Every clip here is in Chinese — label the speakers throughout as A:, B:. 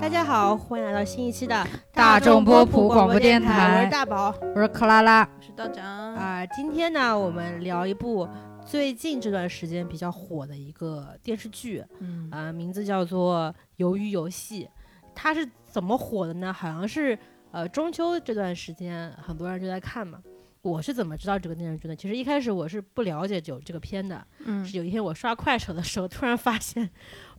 A: 大家好，欢迎来到新一期的
B: 大众波普
A: 广
B: 广播电台
A: 我是大宝，
B: 我是克拉拉，
C: 我是道长。
A: 啊、今天呢，我们聊一部最近这段时间比较火的一个电视剧，
C: 嗯
A: 啊、名字叫做《鱿鱼游戏》。它是怎么火的呢？好像是呃中秋这段时间，很多人就在看嘛。我是怎么知道这个电视剧的？其实一开始我是不了解有这个片的，
C: 嗯
A: 是有一天我刷快手的时候，突然发现，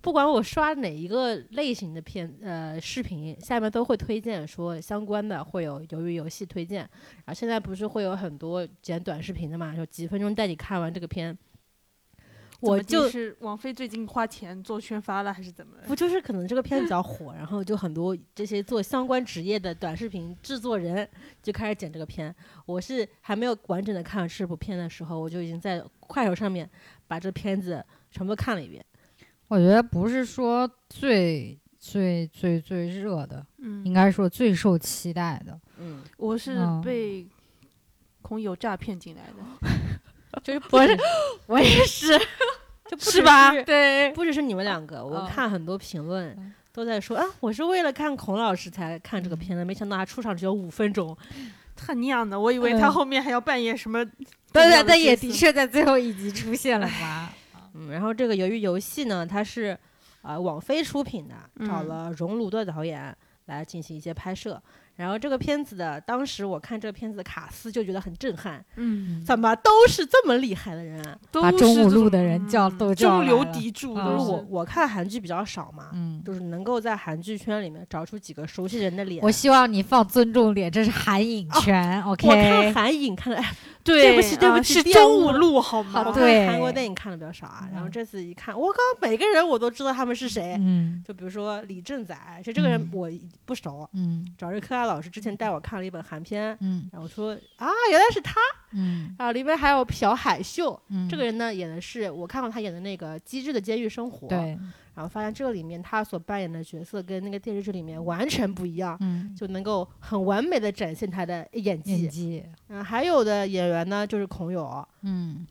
A: 不管我刷哪一个类型的片呃视频，下面都会推荐说相关的会有鱿鱼游戏推荐。然后现在不是会有很多剪短视频的嘛，就几分钟带你看完这个片。我
C: 怎么
A: 就
C: 就是王菲最近花钱做宣发了，还是怎么？
A: 不就是可能这个片比较火，然后就很多这些做相关职业的短视频制作人就开始剪这个片。我是还没有完整的看完这部片的时候，我就已经在快手上面把这片子全部看了一遍。
B: 我觉得不是说最最最最热的，应
C: 嗯，
B: 该说最受期待的。
A: 嗯，
C: 我是
B: 哦
C: 被孔友诈骗进来的。
A: 就是不 是我也是，就不只是吧？
C: 对，
A: 不只是你们两个，我
C: 哦
A: 看很多评论
B: 嗯
A: 都在说啊，我是为了看孔老师才看这个片的，没想到他出场只有五分钟。
C: 他娘的，我以为他后面还要扮演什么？
B: 但
C: 重
B: 但
C: 要的
B: 但也
C: 角色
B: 的确在最后一集出现了 吧？
A: 嗯，然后这个《鱿鱼游戏》呢，它是呃网飞出品的，找
C: 嗯
A: 了熔炉的导演来进行一些拍摄。然后这个片子的，当时我看这个片子的卡斯就觉得很震撼，
C: 嗯，
A: 怎么都是这么厉害的人啊？
C: 都
B: 把
C: 是
B: 中午
C: 这
B: 录
C: 种
B: 的人叫
C: 嗯
B: 都叫
C: 中流
B: 来了
C: 砥柱，
B: 啊
A: 嗯就是
C: 都嗯是
A: 我我看韩剧比较少嘛，
B: 嗯，
A: 就是能够在韩剧圈里面找出几个熟悉人的脸。
B: 我希望你放尊重脸，这是韩影圈。
A: 我看
B: OK，
A: 韩影看的，哎
C: 对
A: 不起对不
C: 啊
A: 起
C: 是
A: 玷
C: 中
A: 污
C: 午
A: 了
C: 录好
A: 我
C: 吗？
A: 看
B: 的对
A: 韩国电影看的比较少啊。然后
B: 嗯
A: 这次一看，我靠，每个人我都知道他们是谁。
B: 嗯
A: 就比如说李正宰，就这个人
B: 嗯
A: 我不熟，
B: 嗯
A: 主要是柯亚老师之前带我看了一本韩片，
B: 嗯
A: 然后我说啊，原来是他。
B: 嗯
A: 然后里面还有朴海秀，
B: 嗯，
A: 这个人呢演的是我看过他演的那个《机智的监狱生活》，
B: 对，
A: 然后发现这个里面他所扮演的角色跟那个电视剧里面完全不一样，
B: 嗯，
A: 就能够很完美的展现他的演技。
B: 演技，
A: 嗯，还有的演员呢就是孔友，
B: 嗯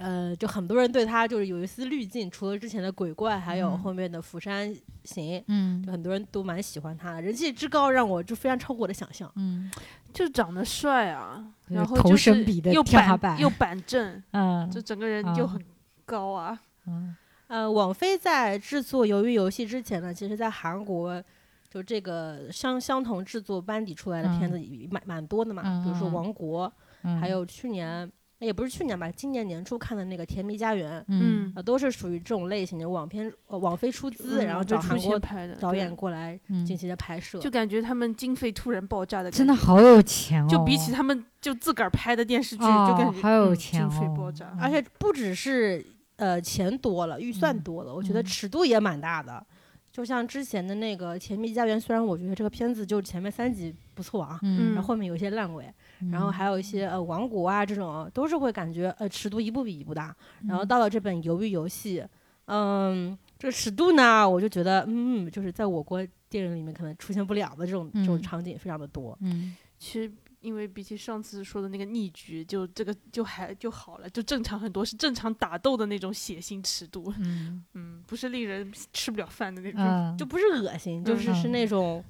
A: 呃，就很多人对他就是有一丝滤镜，除了之前的鬼怪，还有
B: 嗯
A: 后面的釜山行，就
B: 嗯
A: 很多人都蛮喜欢他的，人气之高让我就非常超过我的想象。
B: 嗯
C: 就长得帅啊，
B: 就是
C: 然后
B: 头
C: 就是
B: 身比的
C: 又
B: 天花
C: 板
B: 板
C: 又板正，
B: 嗯
C: 就整个人
B: 啊
C: 又很高啊。
B: 嗯
A: 呃，网飞在制作《鱿鱼游戏》之前呢，其实在韩国就这个相相同制作班底出来的片子也蛮、蛮多的嘛，比如说
B: 嗯嗯
A: 《王国》
B: 嗯，
A: 还有去年也不是去年吧，今年年初看的那个《甜蜜家园》。
B: 嗯
A: 呃，都是属于这种类型的网片，呃，网飞出资，
C: 嗯
A: 然后
C: 就
A: 找
C: 出
A: 韩
C: 现
A: 国
C: 拍的
A: 导
C: 对
A: 演过来
B: 嗯
A: 进行的拍摄。
C: 就感觉他们经费突然爆炸的感觉，
B: 真的好有钱哦，
C: 就比起他们就自个儿拍的电视剧，
B: 哦
C: 就感觉
B: 好有
C: 嗯
B: 钱
C: 经费
B: 哦
C: 爆炸。
A: 而且不只是呃钱多了，预算
B: 嗯
A: 多了，我觉得
B: 嗯
A: 尺度也蛮大的。就像之前的那个《甜蜜家园》，虽然我觉得这个片子就前面三集不错啊，
B: 嗯
A: 然后后面有一些烂尾，然后还有一些呃《王国》啊这种，都是会感觉呃尺度一步比一步大。
B: 嗯
A: 然后到了这本《鱿鱼游戏》，嗯，这个尺度呢，我就觉得嗯，就是在我国电影里面可能出现不了的这种这种
B: 嗯
A: 场景非常的多。
B: 嗯
C: 其实因为比起上次说的那个逆局，就这个就还就好了，就正常很多，是正常打斗的那种血腥尺度，
B: 嗯
C: 嗯，不是令人吃不了饭的那种、
B: 嗯，啊
A: 就不是恶心，就是是
B: 嗯
A: 那种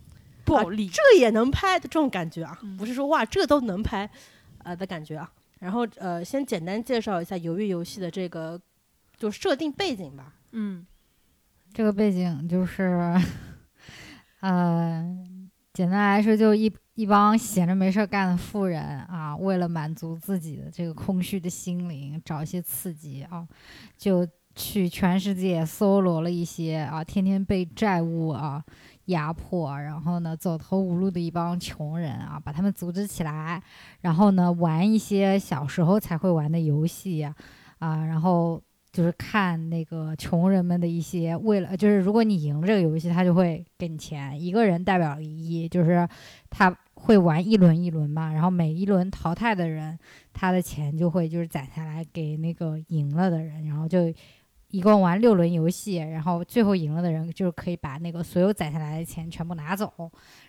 C: 暴力。
A: 这也能拍的这种感觉啊，
C: 嗯
A: 不是说哇这都能拍，呃的感觉啊。然后呃，先简单介绍一下《鱿鱼游戏》的这个就设定背景吧。
C: 嗯
B: 这个背景就是，呃，简单来说，就一一帮闲着没事儿干的富人啊，为了满足自己的这个空虚的心灵，找一些刺激啊，就去全世界搜罗了一些啊，天天被债务啊压迫，然后呢走投无路的一帮穷人啊，把他们组织起来，然后呢玩一些小时候才会玩的游戏啊，啊然后就是看那个穷人们的一些为了，就是如果你赢了这个游戏，他就会给你钱，一个人代表一亿，就是他会玩一轮一轮嘛，然后每一轮淘汰的人，他的钱就会就是攒下来给那个赢了的人，然后就。一共玩六轮游戏，然后最后赢了的人就是可以把那个所有攒下来的钱全部拿走。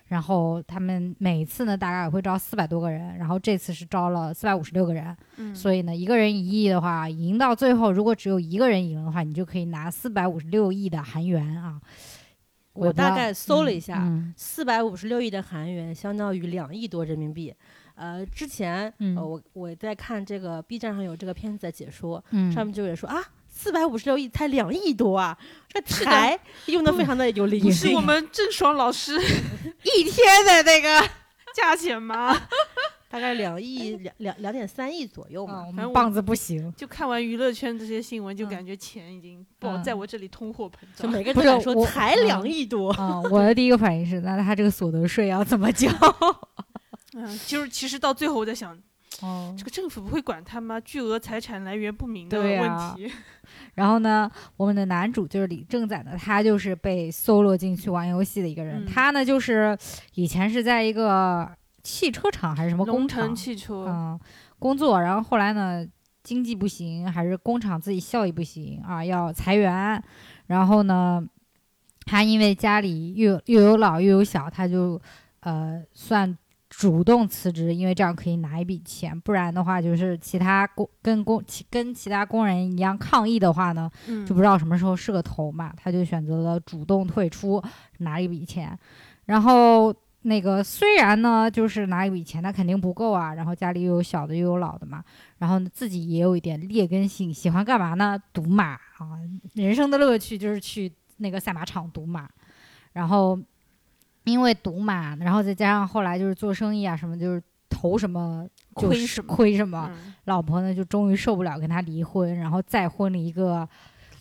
B: 然后他们每次呢，大概也会招四百多个人，然后这次是招了四百五十六个人，
C: 嗯，
B: 所以呢，一个人一亿的话，赢到最后，如果只有一个人赢的话，你就可以拿四百五十六亿的韩元啊。
A: 我大概搜了一下，
B: 嗯
A: 四百五十六亿的韩元相当于两亿多人民币。呃，之前、
B: 嗯
A: 呃、我我在看这个 B 站上有这个片子的解说，
B: 嗯，
A: 上面就有人说啊，四百五十六亿才两亿多啊，这
C: 是的
A: 才用的非常的有灵
B: 不
A: 性。
C: 是我们郑爽老师
A: 一天的那个
C: 价钱吗？
A: 大概两亿两两两点三亿左右嘛。
B: 啊我
C: 反正
B: 们
C: 我
B: 棒子 不行，
C: 就看完娱乐圈这些新闻，就
A: 嗯
C: 感觉钱已经不
B: 嗯
C: 在我这里通货膨
A: 就
C: 胀。
A: 每个人
B: 不
A: 都
B: 是
A: 敢说
B: 我
A: 才
B: 嗯
A: 两亿多，
B: 啊，我的第一个反应是，那他这个所得税要怎么 交？
C: 嗯，就是其实到最后我在想，
B: 哦
C: 这个政府不会管他吗？巨额财产来源不明的
B: 对
C: 问
B: 啊
C: 题，
B: 然后呢，我们的男主就是李正宰呢，他就是被搜罗进去玩游戏的一个人。
C: 嗯
B: 他呢，就是以前是在一个汽车厂还是什么工
C: 龙
B: 厂
C: 腾汽车，
B: 啊、工作，然后后来呢，经济不行，还是工厂自己效益不行啊，要裁员。然后呢，他因为家里又又有老又有小，他就呃算主动辞职，因为这样可以拿一笔钱，不然的话就是其他工跟工其跟其他工人一样抗议的话呢，
C: 嗯
B: 就不知道什么时候是个头嘛，他就选择了主动退出，拿了一笔钱。然后那个虽然呢，就是拿一笔钱，他肯定不够啊，然后家里又有小的又有老的嘛，然后呢自己也有一点劣根性，喜欢干嘛呢？赌马啊，人生的乐趣就是去那个赛马场赌马，然后因为赌马，然后再加上后来就是做生意啊什么，就是投什么。就
C: 亏
B: 是
C: 什么
B: 亏什么，
C: 嗯
B: 老婆呢就终于受不了，跟他离婚，然后再婚了一个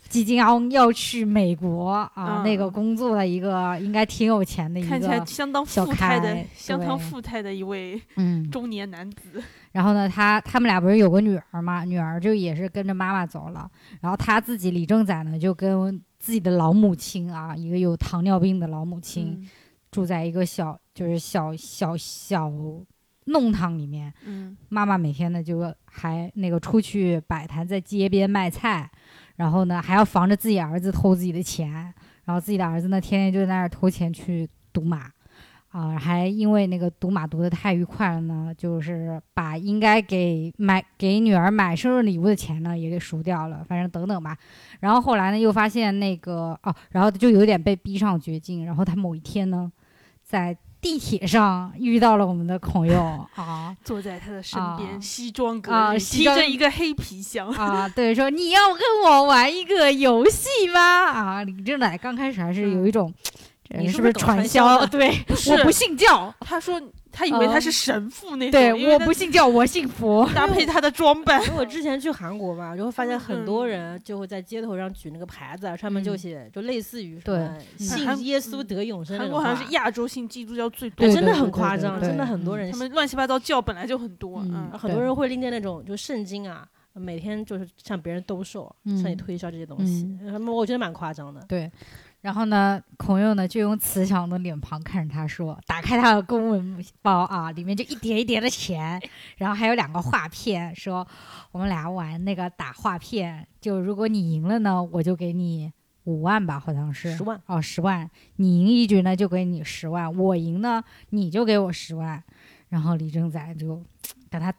B: 即将要去美国啊、
C: 嗯
B: 那个工作的一个应该挺有钱的一
C: 看起来
B: 个，
C: 相当
B: 小
C: 富态的
B: 开、
C: 相当
B: 对
C: 富态的一位
B: 嗯。
C: 中年男子。
B: 然后呢，他他们俩不是有个女儿嘛，女儿就也是跟着妈妈走了，然后他自己李正宰呢就跟自己的老母亲啊，一个有糖尿病的老母亲、
C: 嗯
B: 住在一个小就是小小小弄堂里面，
C: 嗯，
B: 妈妈每天呢就还那个出去摆摊，在街边卖菜，然后呢还要防着自己儿子偷自己的钱，然后自己的儿子呢天天就在那儿偷钱去赌马，啊、还因为那个赌马赌得太愉快了呢，就是把应该给买给女儿买生日礼物的钱呢也给赎掉了，反正等等吧。然后后来呢又发现那个哦，然后就有点被逼上绝境，然后他某一天呢在。地铁上遇到了我们的孔佑啊，
C: 坐在他的身
B: 啊
C: 边，西装革
B: 啊
C: 履，
B: 西
C: 提
B: 装
C: 着一个黑皮箱。
B: 啊，对，说你要跟我玩一个游戏吗？啊，李正乃刚开始还是有一种，这人
A: 你
B: 是
A: 是
B: 不
A: 不
B: 是
A: 是
B: 传
A: 传
B: 销？
A: 销的
B: 对，我不信教，
C: 他说他以为他是神父那
B: 嗯
C: 种，
B: 对，
C: 因为
B: 我
C: 他
B: 不信教，我信佛。
C: 搭配他的装扮。
A: 因为我之前去韩国嘛，就会发现很多
C: 嗯
A: 人就会在街头上举那个牌子，啊上面就
B: 嗯
A: 写就类似于什
B: 对
A: 么
B: 嗯
A: 信
C: 韩
A: 耶稣
C: 嗯
A: 得永生这
C: 韩
A: 种
C: 国
A: 话，
C: 好像是亚洲信基督教最多
A: 哎
B: 对
C: 的，
A: 真的很
B: 对
A: 夸
B: 对
A: 张，
B: 对
A: 真的
B: 对
A: 很多
B: 嗯
A: 人
C: 他们乱七八糟教本来就很多，
B: 嗯
C: 嗯，
A: 很
B: 对
A: 多人会拎着那种就圣经啊，每天就是向别人兜售，
B: 嗯
A: 向你推销这些东西，他们我觉得蛮夸张的。
B: 然后呢，孔佑呢就用慈祥的脸庞看着他说：“打开他的公文包啊，里面就一叠一叠的钱，然后还有两个画片，说我们俩玩那个打画片，就如果你赢了呢，我就给你五万吧，好像是
A: 十万
B: 哦，十万，你赢一局呢就给你十万，我赢呢你就给我十万。”然后李正宰就给他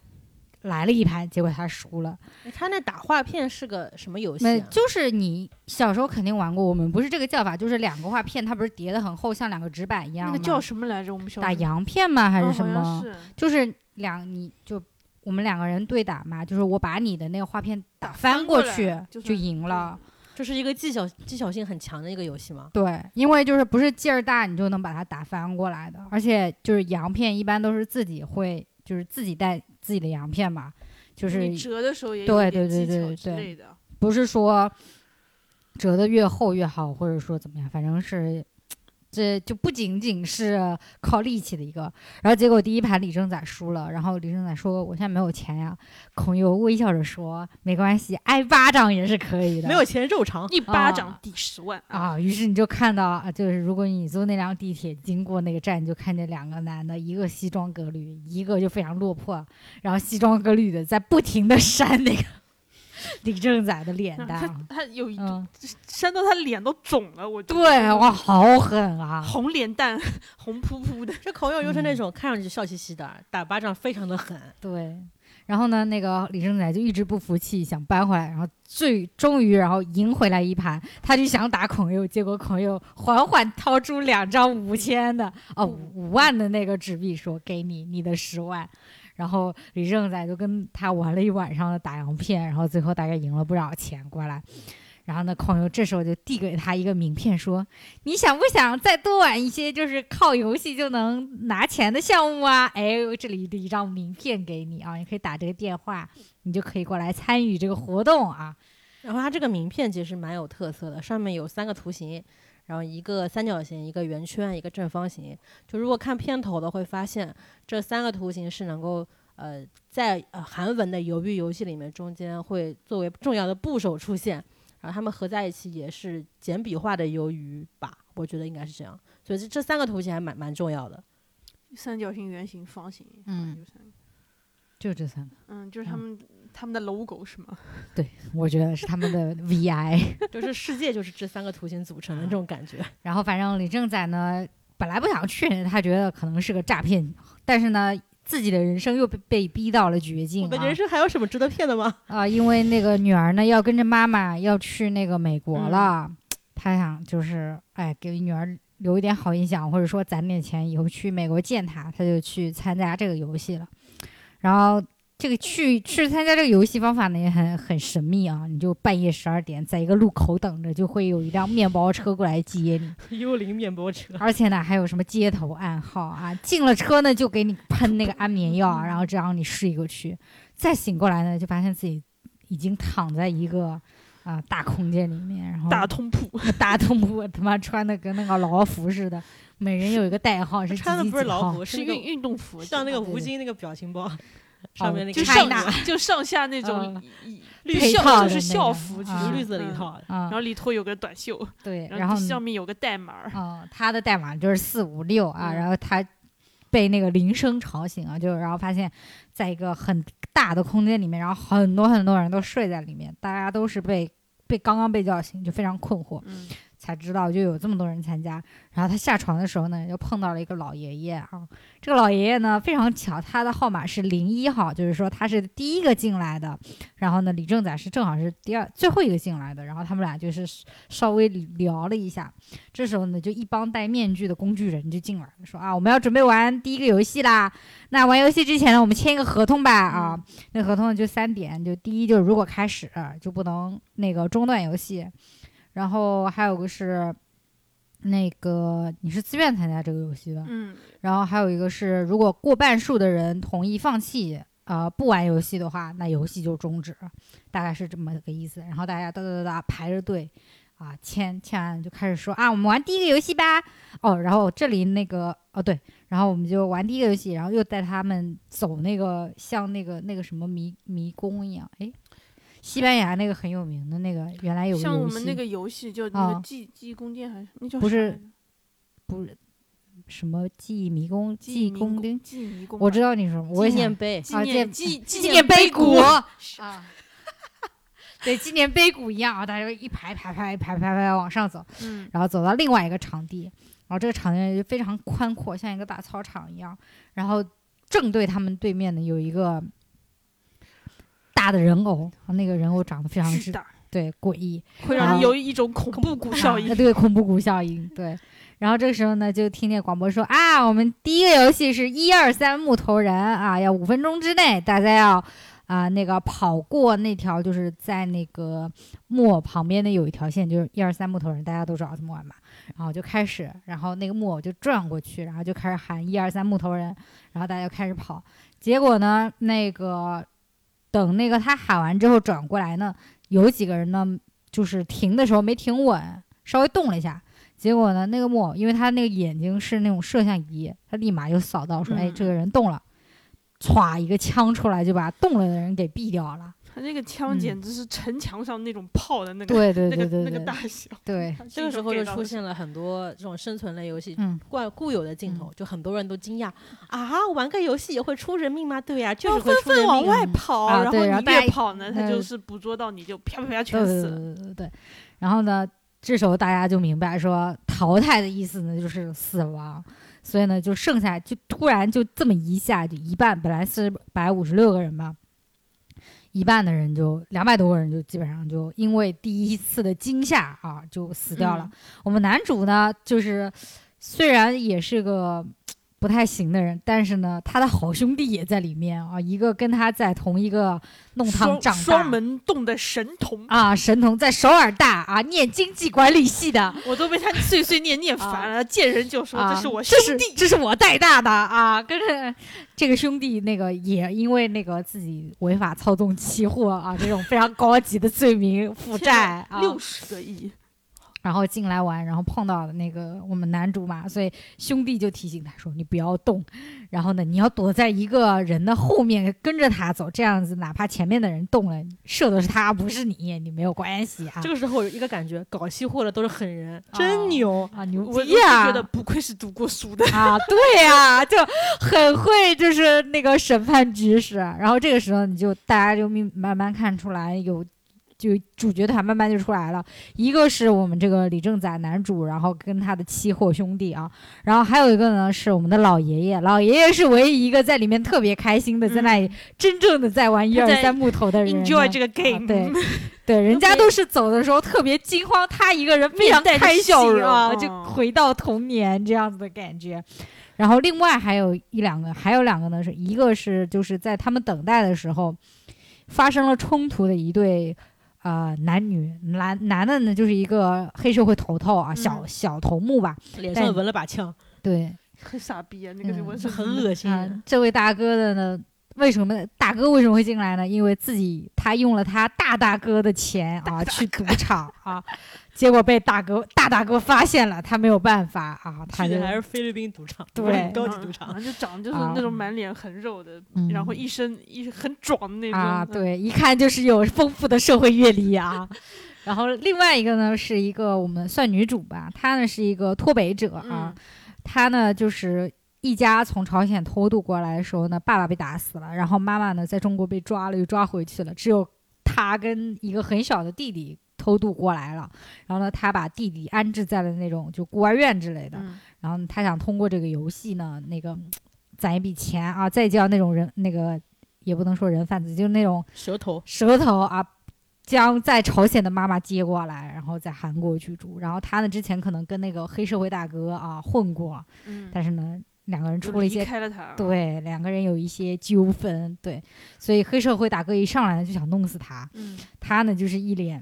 B: 来了一盘，结果他输了。
A: 哎他那打画片是个什么游戏、
B: 没，
A: 啊？
B: 就是你小时候肯定玩过，我们不是这个叫法，就是两个画片，它不是叠的很厚，像两个纸板一样
C: 那
B: 吗
C: 个叫什么来着？我们小
B: 打
C: 时候
B: 洋片吗？还
C: 嗯
B: 是什
C: 好
B: 么？
C: 像是
B: 就是两，你就我们两个人对打嘛，就是我把你的那个画片打翻
C: 翻过
B: 去
C: 来就
B: 就
C: 算
B: 赢了。
A: 这是一个技巧技巧性很强的一个游戏吗？
B: 对，因为就是不是劲儿大你就能把它打翻过来的，而且就是洋片一般都是自己会，就是自己带自己的洋片嘛，就是
C: 你折的时候也有
B: 对
C: 一点
B: 对对
C: 技巧
B: 对
C: 之
B: 对
C: 类的，
B: 不是说折得越厚越好，或者说怎么样，反正是这就不仅仅是靠力气的一个。然后结果第一盘李正宰输了，然后李正宰说：“我现在没有钱呀。”孔佑微笑着说：“没关系，挨巴掌也是可以的。”
A: 没有钱肉偿，
C: 一巴
B: 啊
C: 掌抵十万啊！
B: 啊，于是你就看到，啊，就是如果你坐那辆地铁经过那个站，你就看见两个男的，一个西装革履，一个就非常落魄，然后西装革履的在不停的扇那个 李正宰的脸
C: 嗯
B: 蛋
C: 他。他有一度
B: 嗯，
C: 扇到他脸都肿了，我觉得
B: 对，哇，好狠啊！
C: 红脸蛋， 红扑扑的。
B: 嗯
A: 这孔友就是那种看上去笑嘻嘻的，打巴掌非常的狠。
B: 对，然后呢，那个李正宰就一直不服气，想搬回来，然后最终于然后赢回来一盘，他就想打孔佑，结果孔佑缓缓掏出两张五千的哦五万的那个纸币，说给你你的十万。然后李正宰就跟他玩了一晚上的打洋片，然后最后大概赢了不少钱过来。然后呢，孔佑这时候就递给他一个名片，说：“你想不想再多玩一些就是靠游戏就能拿钱的项目啊？哎，我这里的一张名片给你啊，你可以打这个电话，你就可以过来参与这个活动啊。
A: 然后它这个名片其实蛮有特色的，上面有三个图形，然后一个三角形，一个圆圈，一个正方形。就如果看片头的会发现，这三个图形是能够呃在呃韩文的鱿鱼游戏里面中间会作为重要的部首出现，然后它们合在一起也是简笔画的鱿鱼吧，我觉得应该是这样。所以这这三个图形还蛮蛮重要 的。
C: 三角形、圆形、方形，
B: 嗯
C: 就三个
B: 就这三个，
C: 嗯，就是他
B: 嗯
C: 们、他们的 logo 是吗？
B: 我觉得是他们的 VI。
A: 就是世界就是这三个图形组成的这种感觉。
B: 然后反正李正宰呢，本来不想去，他觉得可能是个诈骗，但是呢，自己的人生又被被逼到了绝境、啊。
A: 我的人生还有什么值得骗的吗？
B: 啊、因为那个女儿呢要跟着妈妈要去那个美国了，他想就是哎给女儿留一点好印象，或者说攒点钱以后去美国见她，他就去参加这个游戏了。然后这个去去参加这个游戏方法呢也很很神秘啊，你就半夜十二点在一个路口等着，就会有一辆面包车过来接你，
A: 幽灵面包车。
B: 而且呢还有什么街头暗号啊，进了车呢就给你喷那个安眠药，啊然后这让你睡过去，再醒过来呢就发现自己已经躺在一个啊、大空间里面，然后
C: 大通铺，
B: 大动物他妈穿的跟那个劳服似的，每人有一个代号 是
A: 穿的
B: 几几
A: 不是
B: 几
A: 劳
B: 号
A: 服，
C: 是
A: 是
C: 运
A: 那
C: 运动服，
A: 个像那
B: 啊
A: 个
B: 对
A: 吴
B: 对
A: 京那个表情包上面那
C: 就
A: 个
B: 是
A: 上
B: 上
C: 上
B: 海纳
C: 就上下那种一一
A: 绿
B: 嗯配
C: 校
B: 套
C: 就
B: 的
C: 是
B: 那
C: 校
B: 个
C: 服，其
B: 啊
C: 实
A: 绿色的一，套，
C: 嗯然
B: 啊、
C: 后里头有个短袖，
B: 对，然
C: 然
B: 后
C: 后上面有个代码儿，
B: 哦，他的代码就是四五六啊，
C: 嗯
B: 然后他被那个铃声吵醒啊，就然后发现，在一个很大的空间里面，然后很多很多人都睡在里面，大家都是被被刚刚被叫醒，就非常困惑，
C: 嗯，
B: 才知道就有这么多人参加。然后他下床的时候呢，又碰到了一个老爷爷啊，这个老爷爷呢非常巧，他的号码是零一号，就是说他是第一个进来的。然后呢，李正宰是正好是第二最后一个进来的。然后他们俩就是稍微聊了一下，这时候呢，就一帮戴面具的工具人就进来了，说啊，我们要准备玩第一个游戏啦。那玩游戏之前呢，我们签一个合同吧啊。那合同呢就三点，就第一就是如果开始就不能那个中断游戏，然后还有个是。那个你是自愿参加这个游戏的，
C: 嗯，
B: 然后还有一个是，如果过半数的人同意放弃，呃，不玩游戏的话，那游戏就终止，大概是这么个意思。然后大家哒哒哒哒排着队，啊，签签完就开始说啊，我们玩第一个游戏吧。哦，然后这里那个哦对，然后我们就玩第一个游戏，然后又带他们走那个像那个那个什么迷迷宫一样，诶，西班牙那个很有名的那个，原来有个
C: 像我
B: 游
C: 们那
B: 戏
C: 个游戏就那
B: 啊
C: 个记记忆宫殿还是那叫
B: 不
C: 啥
B: 是
C: 来着
B: 不是什么记忆迷宫、
C: 记忆
B: 忆宫殿
C: 殿，，记忆迷宫吧，
B: 我知道你说什么，我也
A: 纪
B: 想
A: 念碑。
C: 纪
B: 啊
C: 念
B: 这
C: 纪纪
B: 纪念碑谷
C: 谷，
B: 啊，对，纪念碑谷一样啊，大家就一排排排排排排往上走，
C: 嗯，
B: 然后走到另外一个场地，然后这个场地就非常宽阔，像一个大操场一样，然后正对他们对面呢有一个大的人偶，那个人偶长得非常
C: 巨
B: 之
C: 大，
B: 对诡异，
C: 会让
B: 啊
C: 你有一种恐怖谷效 应
B: 啊，对，恐怖谷效应，对。然后这个时候呢，就听见广播说啊，我们第一个游戏是一二三木头人啊，要五分钟之内大家要啊、那个跑过那条就是在那个木偶旁边的有一条线，就是一二三木头人，大家都知道怎么玩嘛。然后就开始，然后那个木偶就转过去，然后就开始喊一二三木头人，然后大家就开始跑。结果呢，那个等那个他喊完之后转过来呢，有几个人呢就是停的时候没停稳，稍微动了一下。结果呢，那个木偶因为他那个眼睛是那种摄像仪，他立马就扫到说，哎，
C: 嗯
B: 这个人动了，歘一个枪出来就把动了的人给毙掉了。
C: 他那个枪
B: 嗯
C: 简直是城墙上那种炮的那 个
B: 对对
C: 那
B: 对对
C: 个那
B: 对
C: 个大小，
B: 对，
A: 这个时候就出
C: 现
A: 现了很多这种生存类游戏
B: 嗯，
A: 惯固有的镜头，就很多人都惊讶啊，玩个游戏也会出人命吗？对呀、就
C: 就是
A: 会
C: 纷
A: 出人
C: 纷往
A: 命。
C: 外跑，
B: 啊
C: 然
B: 对然后
C: 你
B: 大家
C: 越跑呢，他
B: 呃
C: 就是捕捉到你就啪啪
B: 对
C: 啪全
B: 对
C: 死
B: 对
C: 了。
B: 对对对。然后呢，这时候大家就明白说，淘汰的意思呢就是死亡，所以呢就剩下就突然就这么一下就一半，本来是百五十六个人嘛，一半的人就两百多个人就基本上就因为第一次的惊吓啊就死掉了。
C: 嗯
B: 我们男主呢，就是虽然也是个不太行的人，但是呢，他的好兄弟也在里面啊，一个跟他在同一个弄堂
C: 双
B: 长
C: 双
B: 大。
C: 门洞的神童，
B: 啊，神童在首尔大啊，念经济管理系的，
C: 我都被他碎碎念念烦了，见人就说
B: 啊，
C: 这是我
B: 这
C: 兄
B: 是
C: 弟。
B: 这是我带大的啊，跟着这个兄弟那个也因为那个自己违法操纵期货啊这种非常高级的罪名负债啊，
C: 六十个亿，
B: 然后进来玩，然后碰到那个我们男主嘛，所以兄弟就提醒他说你不要动，然后呢你要躲在一个人的后面跟着他走，这样子哪怕前面的人动了，射的是他不是你，你没有关系啊。
A: 这个时候有一个感觉，搞期货的都是狠人，
B: 哦
A: 真牛。
B: 啊，牛
C: 我我
B: 逼
C: 就
B: 啊！
C: 觉得不愧是读过书的。
B: 啊，对呀、就很会就是那个审判知识。然后这个时候你就大家就慢慢慢看出来有。就主角团慢慢就出来了，一个是我们这个李正宰男主，然后跟他的七伙兄弟啊，然后还有一个呢是我们的老爷爷，老爷爷是唯一一个在里面特别开心的，在那里真正的在玩一
C: 嗯他
B: 二
C: 在
B: 三木头的人呢。
C: Enjoy 这个
B: 啊
C: game，
B: 对对，人家都是走的时候特别惊慌，他一个人非
C: 面
B: 常
C: 带着
B: 开心
C: 笑容
B: 啊，
C: 嗯
B: 就回到童年这样子的感觉。然后另外还有一两个，还有两个呢，是一个是就是在他们等待的时候发生了冲突的一对。呃，男女男男的呢，就是一个黑社会头头啊，
C: 嗯
B: 小小头目吧，
A: 脸
B: 但
A: 上纹了把枪，
B: 对，
C: 很傻逼啊，那个
B: 嗯
C: 我是
A: 很恶心。
B: 啊、这位大哥的呢，为什么大哥为什么会进来呢？因为自己他用了他大大哥的钱啊去赌场啊，结果被大哥大大哥发现了，他没有办法啊，他
A: 去
B: 就
A: 的还是菲律宾赌场，
B: 对
A: 不是高级赌
C: 啊
A: 场。
C: 就长得就是
B: 啊
C: 那种满脸横肉的，
B: 嗯
C: 然后一身一身很壮的那种嗯
B: 啊，，对，一看就是有丰富的社会阅历啊。然后另外一个呢，是一个我们算女主吧，她呢是一个脱北者啊，
C: 嗯
B: 她呢就是一家从朝鲜偷渡过来的时候呢，爸爸被打死了，然后妈妈呢在中国被抓了，又抓回去了，只有她跟一个很小的弟弟偷渡过来了。然后呢，她把弟弟安置在了那种就孤儿院之类的，
C: 嗯
B: 然后他想通过这个游戏呢，那个嗯攒一笔钱啊，再叫那种人那个也不能说人贩子，就是那种
A: 舌头
B: 舌头啊，将在朝鲜的妈妈接过来，然后在韩国居住。然后他呢，之前可能跟那个黑社会大哥啊混过，
C: 嗯，
B: 但是呢，两个人
C: 就
B: 出了一
C: 离
B: 些。
C: 开了他，，啊
B: 对，两个人有一些纠纷，对，所以黑社会大哥一上来呢就想弄死他，
C: 嗯，
B: 他呢就是一脸，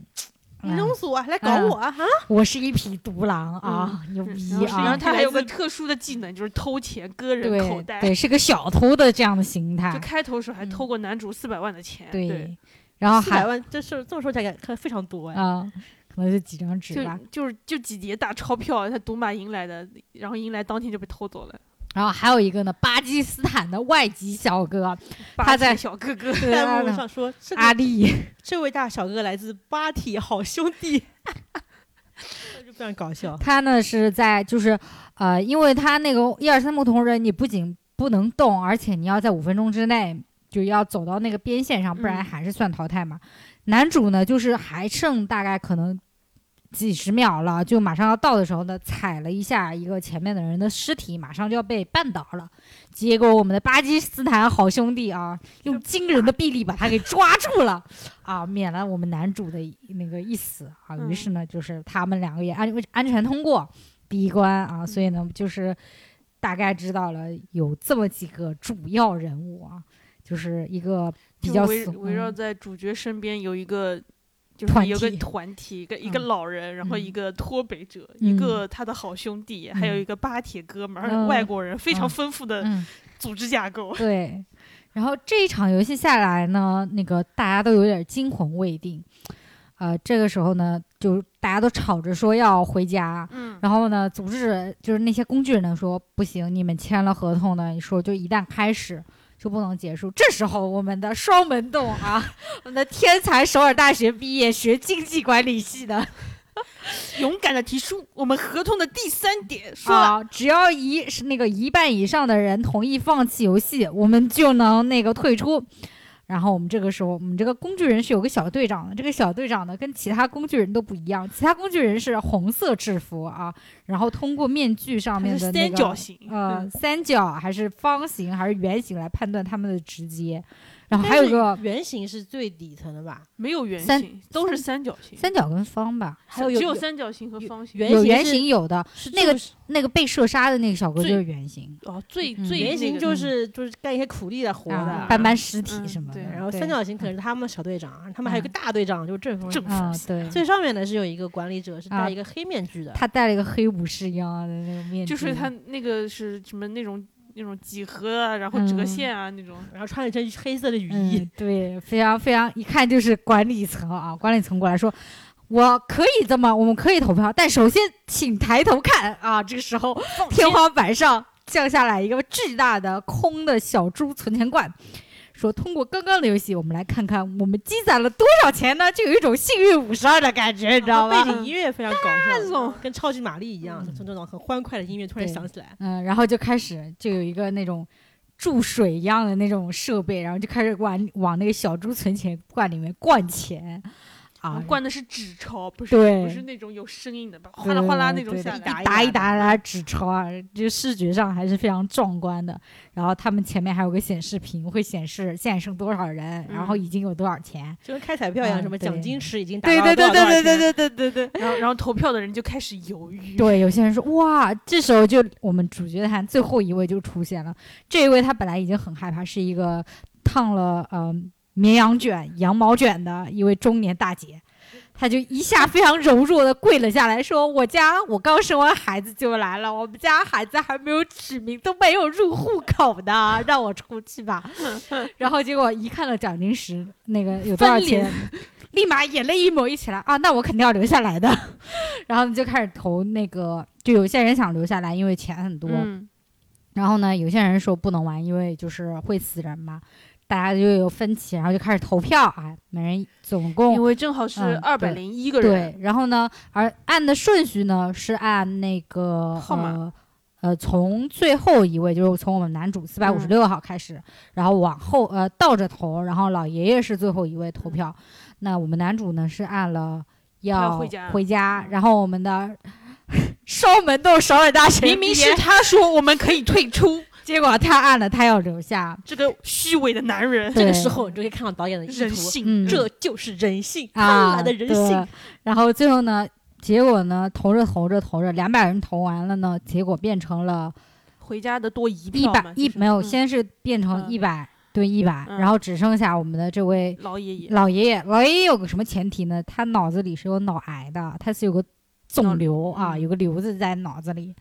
A: 你
B: 嗯
A: 弄死我，来搞
B: 嗯
A: 我啊！哈
B: 我是一匹独狼啊，牛逼
C: 嗯然后是
B: 啊！
C: 然后他还有个
A: 来自
C: 特殊的技能，就是偷钱割人口
B: 对
C: 袋，
B: 对，是个小偷的这样的形态
C: 就，开头时候还
B: 嗯
C: 偷过男主四百万的钱，
B: 对，
C: 对，
B: 然后
A: 四
B: 还
A: 百万，这事儿这么说起来看非常多哎。
B: 啊、可能就几张纸
C: 就
B: 吧。
C: 就是就几叠大钞票，他赌马赢来的，然后赢来当天就被偷走了。
B: 然后还有一个呢，巴基斯坦的外籍小哥，
C: 巴
B: 他
C: 结
B: 在
C: 小哥哥，
B: 对
A: 弹幕
B: 啊
A: 上说，这
B: 阿
A: 个
B: 丽，
A: 这位大小哥来自巴体好兄弟， 就非常搞 笑。
B: 他呢是在就是呃，因为他那个一二三木头人，你不仅不能动，而且你要在五分钟之内。就要走到那个边线上，不然
C: 嗯
B: 还是算淘汰嘛。男主呢，就是还剩大概可能几十秒了，就马上要到的时候呢，踩了一下一个前面的人的尸体，马上就要被绊倒了。结果我们的巴基斯坦好兄弟啊，用惊人的臂力把他给抓住了， 啊，免了我们男主的一那个一死啊。
C: 嗯
B: 于是呢，就是他们两个也安安全通过第一关啊，
C: 嗯
B: 所以呢，就是大概知道了有这么几个主要人物啊，就是一个比
C: 就
B: 较
C: 围
B: 怂
C: 围绕
B: 嗯
C: 在主角身边有一个。就
B: 团
C: 是有个
B: 体
C: 团体，一个一个
B: 嗯
C: 老人，然后
B: 嗯
C: 一个脱北者，
B: 嗯
C: 一个他的好兄弟，还有
B: 嗯
C: 一个巴铁哥们
B: 嗯
C: 儿，外国人，非常
B: 嗯
C: 丰富的
B: 嗯
C: 组织架 构。
B: 对，然后这一场游戏下来呢，那个大家都有点惊魂未定，呃，这个时候呢，就大家都吵着说要回家，
C: 嗯，
B: 然后呢，组织就是那些工具人说不行，你们签了合同呢，你说就一旦开始。就不能结束。这时候，我们的双门洞啊， 我们的天才首尔大学毕业学经济管理系的
C: 勇敢的提出我们合同的第三点， 说了
B: 啊，只要一是那个一半以上的人同意放弃游戏，我们就能那个退出。然后我们这个时候，我们这个工具人是有个小队长的。这个小队长呢，跟其他工具人都不一样，其他工具人是红色制服啊，然后通过面具上
C: 它
B: 面的
C: 是
B: 那
C: 三
B: 个
C: 角形，
B: 呃
C: 嗯
B: 三角还是方形还是圆形来判断他们的直接。然后还有一个
A: 圆形是最底层的吧？
C: 没有圆
B: 三
C: 形，都是三角形，
B: 三角跟方吧，
A: 还有
C: 只有
A: 有
C: 三角形和方形。
A: 圆
B: 有
A: 形
B: 圆
A: 是
B: 形有的，
A: 是
B: 那个
A: 就是
B: 那个被射杀的那个小哥
C: 最
B: 就是圆形
C: 哦，最
B: 嗯
C: 最
A: 圆
C: 那
A: 形
C: 个
A: 就是就是干一些苦力的活
B: 啊
A: 的，，
B: 搬搬尸体
C: 嗯
B: 什么的。
C: 对
A: 然后三角形可能是他们小队长，他们还有个
B: 嗯
A: 大队长，就是正风
C: 正
B: 啊，
A: 型。
B: 对，
A: 最上面呢是有一个管理者，是
B: 啊
A: 戴一个黑面具的，
B: 他戴了一个黑武士一样的那个面具，
C: 就是它那个是什么那种那种几何啊，然后折
B: 嗯
C: 线啊那种。
A: 然后穿了一身黑色的雨衣
B: 嗯，，对，非常非常，一看就是管理层啊，管理层过来说。我可以这么，我们可以投票，但首先请抬头看啊！这个时候，天花板上降下来一个巨大的空的小猪存钱罐，说通过刚刚的游戏，我们来看看我们积攒了多少钱呢？就有一种幸运五十二的感觉，你知道
A: 然后
B: 吗
A: 背？景音乐非常 搞
C: 种
A: 笑，跟超级玛丽一样，
B: 嗯
A: 从这种很欢快的音乐突然
B: 对
A: 响起来，
B: 嗯，然后就开始就有一个那种注水一样的那种设备，然后就开始往往那个小猪存钱罐里面灌钱啊，
C: 嗯灌的是纸钞，不是
B: 对
C: 不是那种有声音的吧？哗啦哗啦那种
B: 对
C: 下
B: 对
C: 来，
B: 对
A: 打一打
B: 一打一
A: 的
B: 打一打纸钞啊，就视觉上还是非常壮观的。然后他们前面还有个显示屏，会显示现在剩多少人，然后
C: 嗯
B: 已经有多少钱。
A: 就跟开彩票一样，
B: 嗯
A: 什么
B: 对
A: 奖金池已经达
B: 对
A: 到了
B: 对
A: 多少
B: 对
A: 多少
B: 对对
A: 钱
B: 对对对对对
C: 然后然后投票的人就开始犹豫。
B: 对，有些人说哇，这时候就我们主角团最后一位就出现了。这一位他本来已经很害怕，是一个烫了嗯、呃绵羊卷、羊毛卷的一位中年大姐。她就一下非常柔弱的跪了下来，说：“我家我刚生完孩子就来了，我们家孩子还没有取名，都没有入户口呢，让我出去吧。”然后结果一看到奖金石那个有多少
C: 翻脸
B: 钱，立马眼泪一抹一起来啊，那我肯定要留下来的。然后就开始投那个，就有些人想留下来，因为钱很多，
C: 嗯，
B: 然后呢，有些人说不能玩，因为就是会死人嘛，大家就有分歧，然后就开始投票啊，每人总
C: 因
B: 共
C: 为正好是
B: 嗯
C: 二百零一个人，
B: 对，然后呢，而按的顺序呢是按那个
C: 号码
B: 呃，呃，从最后一位就是从我们男主四百五十
C: 嗯
B: 六号开始，然后往后呃倒着投，然后老爷爷是最后一位投票，那我们男主呢是按了要
C: 嗯回家嗯
B: 然后我们的烧门洞首尔大学
C: 明明
B: 毕业
C: 是他说我们可以退出，
B: 结果他按了，他要留下。
C: 这个虚伪的男人，
A: 这个
B: 对
A: 时候你就可以看到导演的意
C: 人
A: 图，
C: 性，
B: 嗯
A: 这就是人性，
B: 啊，
A: 贪婪的人
B: 对
A: 性。
B: 然后最后呢，结果呢，投着投着投着，两百人投完了呢，结果变成了
C: 回家的多一
B: 一
C: 票
B: 百
C: 嘛，
B: 一
C: 就是
B: 没有，
C: 嗯
B: 先是变成
C: 嗯
B: 一百对一百，
C: 嗯
B: 然后只剩下我们的这位
C: 老爷爷
B: 老爷爷。老爷爷有个什么前提呢？他脑子里是有脑癌的，他是有个
C: 脑
B: 肿瘤啊，
C: 嗯
B: 有个瘤子在脑子里。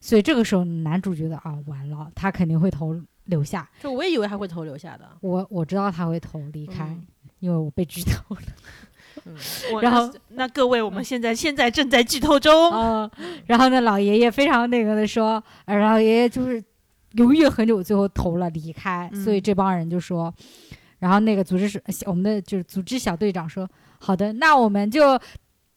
B: 所以这个时候，男主觉得啊，完了，他肯定会投留下。
A: 就我也以为他会投留下的，
B: 我我知道他会投离开，
C: 嗯
B: 因为我被剧透了。
C: 我
B: 嗯然后嗯
C: 那各位，我们现在现在正在剧透中，
B: 啊、然后呢，老爷爷非常那个的说，呃然后爷爷就是犹豫了很久，最后投了离开，所以
C: 嗯
B: 这帮人就说，然后那个组织是呃我们的就是组织小队长说，好的，那我们就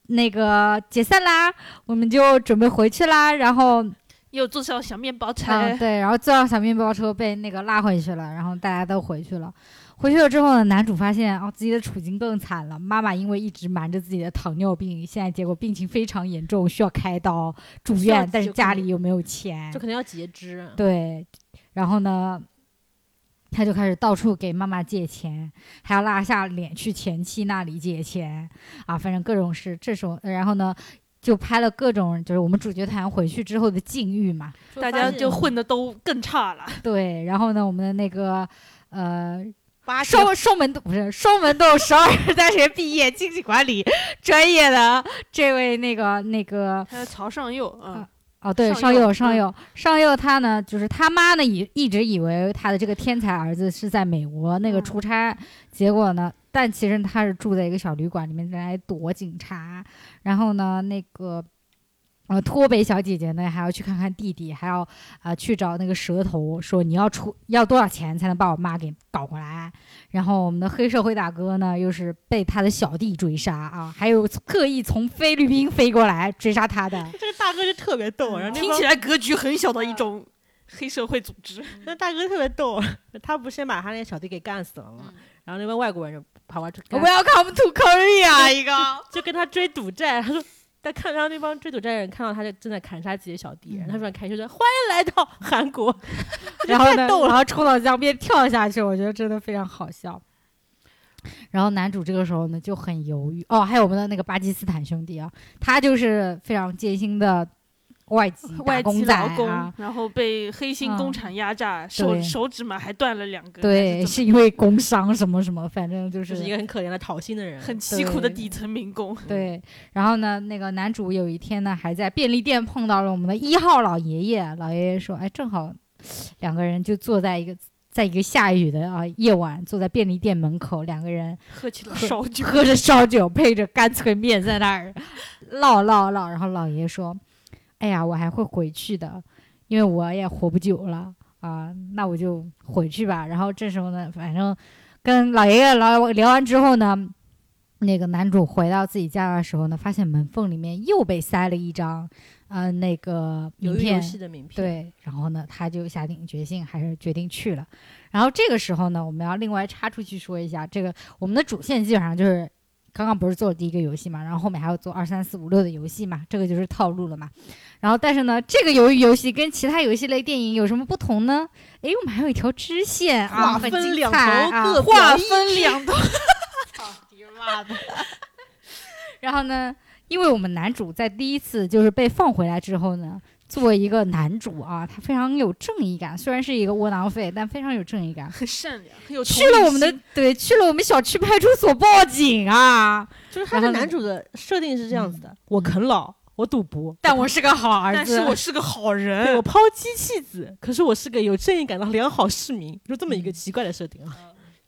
B: 那个解散啦，我们就准备回去啦，然后
C: 又坐上小面包
B: 嗯，
C: 车，
B: 对，然后坐上小面包车被那个拉回去了，然后大家都回去了。回去了之后呢，男主发现哦，自己的处境更惨了。妈妈因为一直瞒着自己的糖尿病，现在结果病情非常严重，需要开刀住
A: 需要
B: 院，但是
A: 就
B: 家
A: 可以
B: 里又没有钱
A: 就，可能要截肢。啊
B: 对，然后呢，他就开始到处给妈妈借钱，还要拉下脸去前妻那里借钱啊，反正各种事。这时候，然后呢，就拍了各种就是我们主角团回去之后的境遇嘛。
C: 大家就混的都更差 了。
B: 对，然后呢，我们的那个呃，
C: 啊
A: 八十
B: 双双门洞不是双门洞首尔 大学毕业经济管理专业的这位那个那个
C: 还有曹尚佑，嗯
B: 啊，哦，对，
C: 上
B: 上
C: 佑
B: 佑上
C: 嗯
B: 佑上佑他呢，就是他妈呢以一直以为他的这个天才儿子是在美国那个
C: 嗯
B: 出差，结果呢，但其实他是住在一个小旅馆里面来躲警察，然后呢，那个。呃，脱北小姐姐呢，还要去看看弟弟，还要啊、去找那个蛇头，说你要出要多少钱才能把我妈给搞过来。然后我们的黑社会大哥呢，又是被他的小弟追杀啊，还有特意从菲律宾飞过来追杀他的。
A: 这个大哥就特别逗，然后那
C: 听
A: 帮
C: 起来格局很小的一种啊黑社会组织。
A: 那大哥特别逗，他不先把他那小弟给干死了
B: 嗯
A: 吗？然后那
B: 啊
A: 帮外国人就跑过来就跟他
B: Welcome to Korea，一个
A: 就跟他追赌债，他说但看让那帮追逐战人看到他在正在砍杀自己的小弟，
B: 嗯
A: 然后他突然开心说：“欢迎来到韩国。
B: 然后呢，
A: 逗了
B: 然后冲到江边跳下去，我觉得真的非常好笑。然后男主这个时候呢就很犹豫哦，还有我们的那个巴基斯坦兄弟啊，他就是非常艰辛的外籍打
C: 外
B: 工
C: 籍
B: 仔
C: 劳工，
B: 啊，
C: 然后被黑心工
B: 嗯
C: 厂压榨，手
B: 对
C: 手指嘛还断了两根，还
B: 对，
C: 是
B: 是因为工伤什么什么，反正就”
A: 就是是一个很可怜的讨薪的人
C: 怎么，很凄苦的
B: 对
C: 底层民工，
B: 对，然后呢，那个男主有一天呢，还在便利店碰到了我们的一号老爷爷。老爷爷说：“哎，正好两个人就坐在一个，在一个下雨的啊夜晚，坐在便利店门口，两个人
C: 喝起了
B: 喝
C: 烧酒，
B: 喝着烧酒，配着干脆面，在那儿唠唠唠。然后老爷说：‘哎呀，我还会回去的，因为我也活不久了啊，那我就回去吧。’然后这时候呢，反正跟老爷爷聊聊完之后呢，那个男主回到自己家的时候呢，发现门缝里面又被塞了一张，呃，那个名
A: 鱿鱼游
B: 片。
A: 戏的名片，，
B: 对，然后呢，他就下定决心，还是决定去了。然后这个时候呢，我们要另外插出去说一下，这个我们的主线基本上就是刚刚不是做了第一个游戏嘛，然后后面还要做二三四五六的游戏嘛，这个就是套路了嘛。然后但是呢，这个鱿鱼游戏跟其他游戏类电影有什么不同呢？诶，我们还有一条支线啊，
A: 划
B: 很
A: 分
B: 精
A: 两
B: 彩
A: 头
B: 啊
A: 各
C: 划分两头，
B: 然后呢，因为我们男主在第一次就是被放回来之后呢，作为一个男主啊，他非常有正义感，虽然是一个窝囊废，但非常有正义感。
C: 很善良，很有
B: 去
C: 同
B: 了
C: 理
B: 我们的
C: 心
B: 对，去了我们小区派出所报警啊！
A: 就是他
B: 然
A: 的
B: 后嗯呢
A: 男主的设定是这样子的：我啃老，我赌博，
B: 但我是个好儿
C: 但
B: 子，啊
C: 是我是个好
A: 对
C: 人
A: 我，抛妻弃子，可是我是个有正义感的良好市民，就这么一个奇怪的设定啊，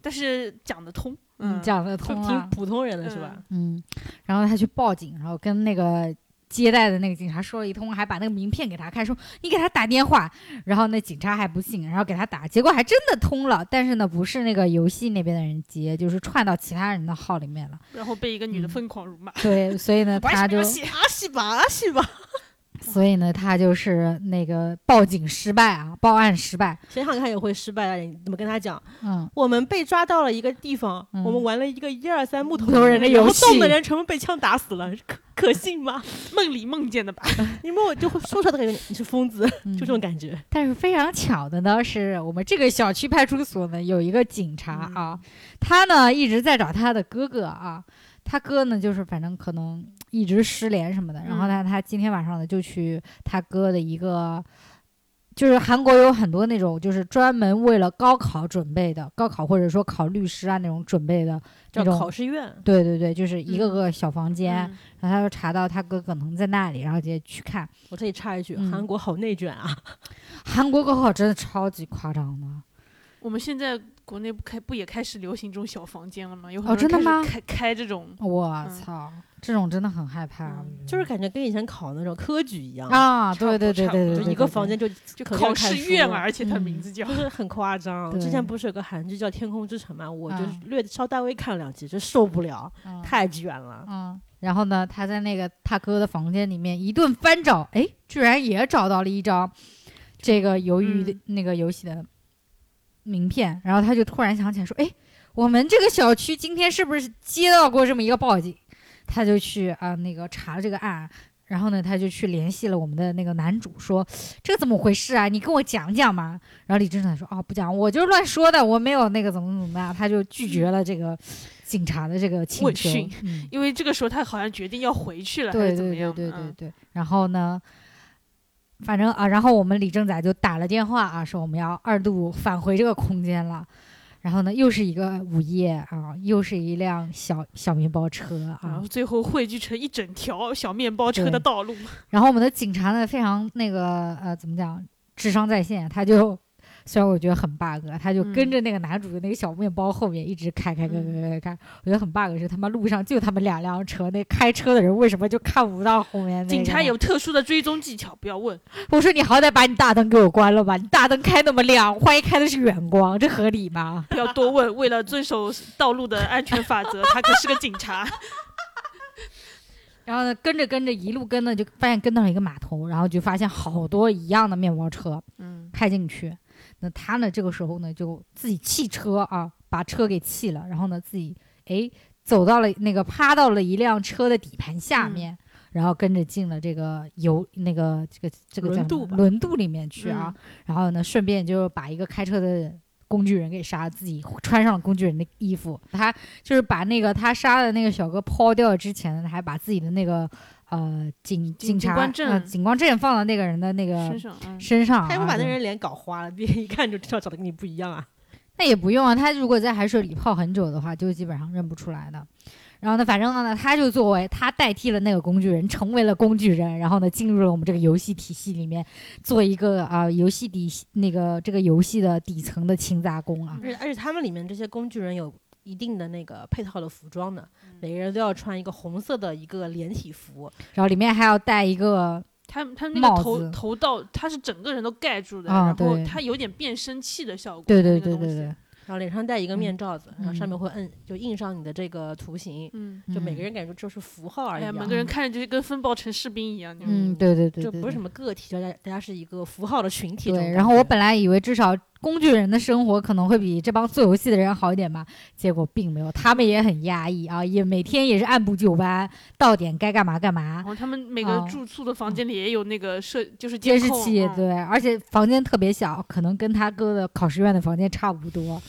C: 但是讲得通，
B: 嗯
C: 嗯，
B: 讲得
A: 就
B: 通啊
A: 挺，普通人的是吧？
B: 嗯。然后他去报警，然后跟那个接待的那个警察说了一通，还把那个名片给他看，说你给他打电话。然后那警察还不信，然后给他打，结果还真的通了，但是呢，不是那个游戏那边的人接，就是串到其他人的号里面了。
C: 然后被一个女的
B: 嗯
C: 疯狂辱骂，
B: 对，所以 呢，
C: 玩什
B: 他
C: 么
B: 就
C: 游戏？
A: 啊西吧啊西吧，
B: 所以呢，他就是那个报警失败啊，报案失败。
A: 谁想看也会失败的，啊你怎么跟他讲？
B: 嗯，
A: 我们被抓到了一个地方，
B: 嗯
A: 我们玩了一个一二三木头
B: 木头人的游戏
A: 然后动的人全部被枪打死了，可可信吗？
C: 梦里梦见的吧？
A: 你们我就会说出来的感觉，你是疯子，
B: 嗯
A: 就这种感觉。
B: 但是非常巧的呢，是我们这个小区派出所呢有一个警
A: 嗯
B: 察啊，他呢一直在找他的哥哥啊，他哥呢就是反正可能一直失联什么的，
A: 嗯
B: 然后呢他今天晚上呢就去他哥的一个。就是韩国有很多那种，就是专门为了高考准备的，高考或者说考律师啊那种准备的
A: 叫
B: 那种
A: 考试院，
B: 对对对，就是一个
C: 嗯
B: 个小房间，
C: 嗯
B: 然后他就查到他哥可能在那里，然后直接去看。
A: 我这里插一句，
B: 嗯
A: 韩国好内卷啊！
B: 韩国高考真的超级夸张的，
C: 我们现在国内不开不也开始流行这种小房间了吗？有很
B: 哦
C: 多人
B: 真的
C: 开
B: 吗
C: 始开开这种，
B: 我
C: 嗯
B: 操，这种真的很害怕。
C: 嗯
B: 我觉
A: 就是感觉跟以前考那种科举一样
B: 得，啊，
C: 差不
B: 对对
C: 多
B: 对
C: 差不
B: 对
C: 多
B: 对，
A: 就
B: 对
A: 一个房，间就就可
C: 考
A: 看
C: 试
A: 书
C: 院嘛，啊而且它名
B: 嗯
C: 字叫
A: 就是很夸张。
B: 对
A: 之前不是有个韩剧叫《天空之城》嘛，我就
B: 嗯
A: 略稍大微看两集就受不了，
B: 对嗯
A: 太卷了。
B: 嗯。然后呢，他在那个他哥的房间里面一顿翻找，哎，居然也找到了一张这个鱿鱼
C: 嗯
B: 的、那个游戏的名片。然后他就突然想起来说，哎，我们这个小区今天是不是接到过这么一个报警？他就去啊、那个查了这个案，然后呢，他就去联系了我们的那个男主，说这个怎么回事啊？你跟我讲讲嘛。然后李正才说哦，不讲，我就是乱说的，我没有那个怎么怎么样，他就拒绝了这个警察的这个请
C: 问
B: 求
C: 讯。
B: 嗯，
C: 因为这个时候他好像决定要回去了，还
B: 对
C: 是怎么
B: 对对
C: 样？
B: 对对
C: 嗯，
B: 对。然后呢，反正啊，然后我们李正仔就打了电话啊，说我们要二度返回这个空间了。然后呢，又是一个午夜啊，又是一辆小小面包车啊，
C: 然后最后汇聚成一整条小面包车
B: 对
C: 的道路，
B: 然后我们的警察呢，非常那个呃，怎么讲，智商在线，他就虽然我觉得很 bug，他就跟
C: 嗯
B: 着那个男主的那个小面包后面一直开开开开开开开，我觉得很 bug 是他妈路上就他们两辆车，那开车的人为什么就看不到后面那个？
C: 警察有，特殊的追踪技巧，不要问。
B: 我说你好歹把你大灯给我关了吧，你大灯开那么亮，万一开的是远光，这合理吗？
C: 不要多问，为了遵守道路的安全法则，他可是个警察。
B: 然后呢，跟着跟着一路跟呢，就发现跟到了一个码头，然后就发现好多一样的面包车，
C: 嗯，
B: 开进去。那他呢，这个时候呢，就自己弃车啊，把车给弃
C: 嗯
B: 了，然后呢，自己哎走到了那个趴到了一辆车的底盘下面，然后跟着进了这个游那个这个这个叫
C: 轮
B: 什么
C: 渡吧嗯
B: 轮渡里面去啊，然后呢，顺便就把一个开车的工具人给杀了，自己穿上了工具人的衣服。他就是把那个他杀的那个小哥抛掉之前呢，他还把自己的那个呃警
C: 警
B: 察
C: 警官证
B: 呃警官证放到那个人的那个
C: 身上，嗯，
B: 身上啊、
A: 他也不把那人脸搞花了，别人一看就知道长得跟你不一样 啊。
B: 那也不用啊，他如果在海水里泡很久的话，就基本上认不出来的。然后呢，反正呢，他就作为他代替了那个工具人，成为了工具人，然后呢，进入了我们这个游戏体系里面，做一个啊、游戏底那个这个游戏的底层的勤杂工啊
A: 而。且而且他们里面这些工具人有一定的那个配套的服装的，
B: 嗯
A: 每个人都要穿一个红色的一个连体服，
B: 然后里面还要带一个，
C: 他他那个
B: 帽
C: 头
B: 子
C: 头到他是整个人都盖住的，
B: 啊
C: 然后
B: 对
C: 他有点变声器的效果。
B: 对对
C: 那个
B: 对
C: 东
B: 对
C: 西
B: 对，，
A: 然后脸上戴一个面罩子，然后上
B: 嗯
A: 面会摁就印上你的这个图形，
C: 嗯，
A: 就每个
B: 嗯
A: 人感觉就是符号而
C: 哎
A: 已、
C: 呀，
A: 啊。
C: 每个人看着就是跟风暴城士兵一样那种。
B: 嗯，对对对，
A: 就
B: 对
A: 不是什
B: 对
A: 么个体，就大家大家是一个符号的群体这种感
B: 对，
A: 觉。
B: 然后我本来以为至少工具人的生活可能会比这帮做游戏的人好一点吧，结果并没有，他们也很压抑啊，也每天也是按部就班，到点该干嘛干嘛
C: 然。后他们每个
B: 哦
C: 住宿的房间里也有那个摄，就是
B: 监
C: 监
B: 视
C: 控
B: 器
C: 嗯
B: 对，而且房间特别小，可能跟他哥的考试院的房间差不多，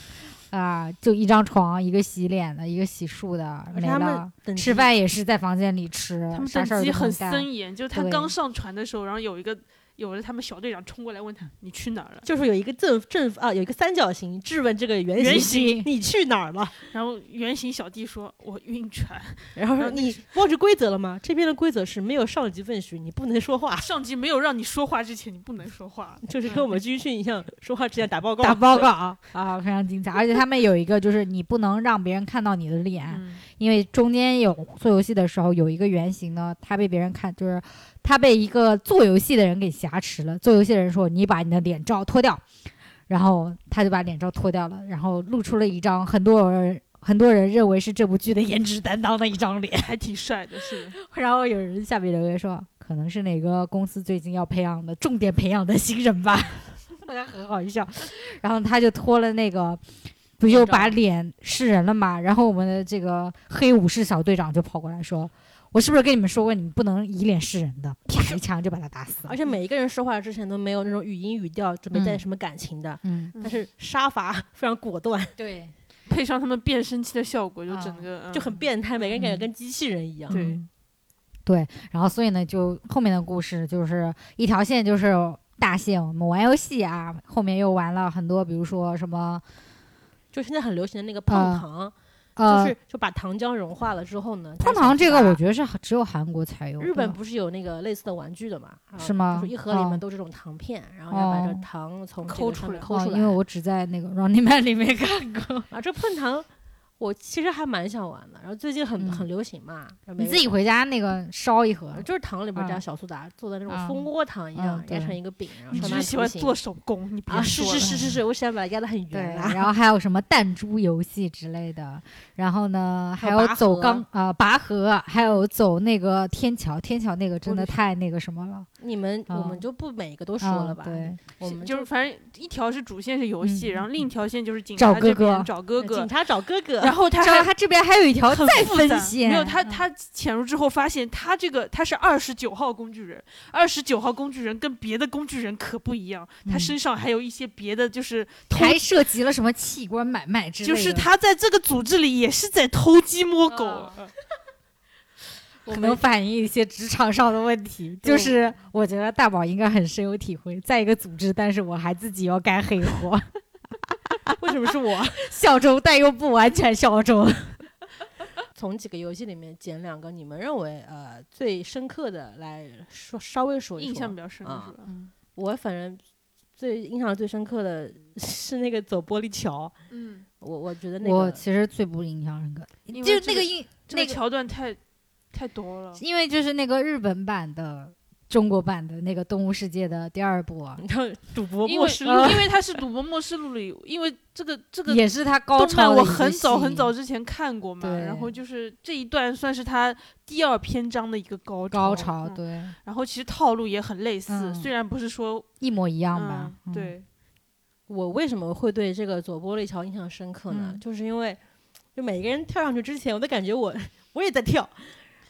B: 啊、就一张床，一个洗脸的，一个洗漱的，
A: 而且
B: 没
A: 他们
B: 了。
A: 等级
B: 吃饭也是在房间里吃，
C: 他们
B: 啥事
C: 等
B: 儿
C: 级
B: 都不能
C: 很
B: 干。
C: 森严，就是他
B: 对
C: 刚上船的时候，然后有一个有了他们小队长冲过来问他你去哪儿了，
A: 就是有一个正正啊，有一个三角形质问这个圆
C: 原
A: 形，
B: 形
A: 你去哪儿 了？
C: 然后原型小弟说我晕船，
A: 然后说
C: 然后那
A: 你忘记规则了吗？这边的规则是没有上级问询，你不能说话，
C: 上级没有让你说话之前你不能说话，
A: 就是跟我 们军训一样，说话之前打报告。
B: 打报告啊啊，非常精彩。而且他们有一个就是你不能让别人看到你的脸，
C: 嗯，
B: 因为中间有做游戏的时候有一个原型呢，他被别人看，就是他被一个做游戏的人给挟持了。做游戏的人说：“你把你的脸罩脱掉。”然后他就把脸罩脱掉了，然后露出了一张很多人很多人认为是这部剧的颜值担当的一张脸。
C: 还挺帅的，是的，
B: 然后有人下面留言说：“可能是哪个公司最近要培养的重点培养的新人吧。” 大家很好笑。然后他就脱了那个，不就把脸示人了嘛？然后我们的这个黑武士小队长就跑过来说：“我是不是跟你们说过，你们不能以脸示人的？”啪一枪就把他打死了
A: 而。且每一个人说话之前都没有那种语音语调，准备带什么感情的，
B: 嗯，
A: 但是杀伐 非常果断，
B: 对，
C: 配上他们变声器的效果，就
B: 啊
C: 整个、嗯
A: 就很变态，每个人感觉跟机器人一样。
C: 对
B: 嗯对，然后所以呢，就后面的故事就是一条线，就是大线。我们玩游戏啊，后面又玩了很多，比如说什么
A: 就现在很流行的那个
B: 啊
A: 胖糖，
B: 呃，
A: 就是就把糖浆融化了之后呢，
B: 胖
A: 再
B: 糖这个
A: 去打
B: 我觉得是只有韩国才有的，
A: 日本不是有那个类似的玩具的嘛？啊
B: 是吗
A: 就是一盒里
B: 哦
A: 面都是这种糖片，然后要把这
B: 哦
A: 糖从这
C: 抠
A: 个上
C: 出
A: 面
C: 来
A: 抠
B: 哦
A: 出来。
B: 因为我只在那个 Running Man 里面看 过。
A: 啊，这碰糖我其实还蛮想玩的。然后最近很、
B: 嗯
A: 很流行嘛，然后每
B: 你
A: 个
B: 自己回家那个烧一盒，
A: 就是糖里边
B: 啊
A: 加小苏打做的那
B: 啊
A: 种蜂窝糖一样
B: 嗯，对
A: 压成一个饼， 然后
C: 你
A: 上
C: 只
A: 面
C: 是喜欢
A: 涂形
C: 做手工，你别
A: 啊，是
C: 说
A: 是
C: 了
A: 是是是，我喜欢把它压得很
B: 对，
A: 圆啊。
B: 然后还有什么弹珠游戏之类的，然后呢
A: 还
B: 还
A: 有
B: 有
A: 拔
B: 走
A: 河
B: 钢啊拔河，还有走那个天桥，天桥那个真的
A: 我的
B: 太那个什么了，
A: 你们、
B: 啊
A: 我们就不每个都说
B: 啊
A: 了吧，
B: 对，
A: 我们
C: 就是反正一条是主线是游戏，
B: 嗯
C: 然后另一条线就是警
B: 找
C: 察
B: 哥
C: 这边
B: 哥
C: 找哥哥
A: 警，察找哥 哥，
C: 然后他
B: 然
C: 还
B: 后他这边还有一条
C: 很
B: 再
C: 复
B: 分
C: 杂
B: 线，
C: 没有他，
B: 嗯
C: 他潜入之后发现他这个他是二十九号工具人，二十九号工具人跟别的工具人可不一样，他
B: 嗯
C: 身上还有一些别的，就是偷，
B: 还涉及了什么器官买卖之类
C: 就
B: 的，
C: 是他在这个组织里也是在偷鸡摸狗。
B: 啊
A: 我
B: 可能
A: 们
B: 反映一些职场上的问题，就
A: 对
B: 是我觉得大宝应该很深有体会，在一个组织，但是我还自己要干黑活，
C: 嗯
A: 为什么是 我？
B: 效忠但又不完全效忠。
A: 从几个游戏里面捡两个你们认为呃最深刻的来说，稍微说一说。
C: 印象比较深的
A: 啊
C: 是吧？
A: 我反正最印象最深刻的 是那个走玻璃桥，
C: 嗯，
A: 我我觉得那
B: 我
A: 个
B: 其实最不印象深刻，
C: 因为
B: 就是
C: 这
B: 那个
C: 个
B: 印、
C: 这个
B: 那个
C: 桥段太太多了。
B: 因为就是那个日本版的、中国版的那个《动物世界》的第二部啊，
A: 你看赌博
C: 因
A: 末
C: 为
A: 世
C: 因
A: 录，
C: 为他是《赌博默示录》里，因为这个这个
B: 也是他高
C: 动漫
B: 潮的
C: 我
B: 一个
C: 很早很
B: 戏
C: 早之前看过嘛，
B: 对
C: 然后就是这一段算是他第二篇章的一个高
B: 高潮，
C: 嗯
B: 对，
C: 然后其实套路也很类似，
B: 嗯
C: 虽然不是说
B: 一模一样吧？嗯，
C: 嗯对，
A: 我为什么会对这个左玻璃桥印象深刻呢？
B: 嗯
A: 就是因为就每个人跳上去之前，我都感觉我我也在跳，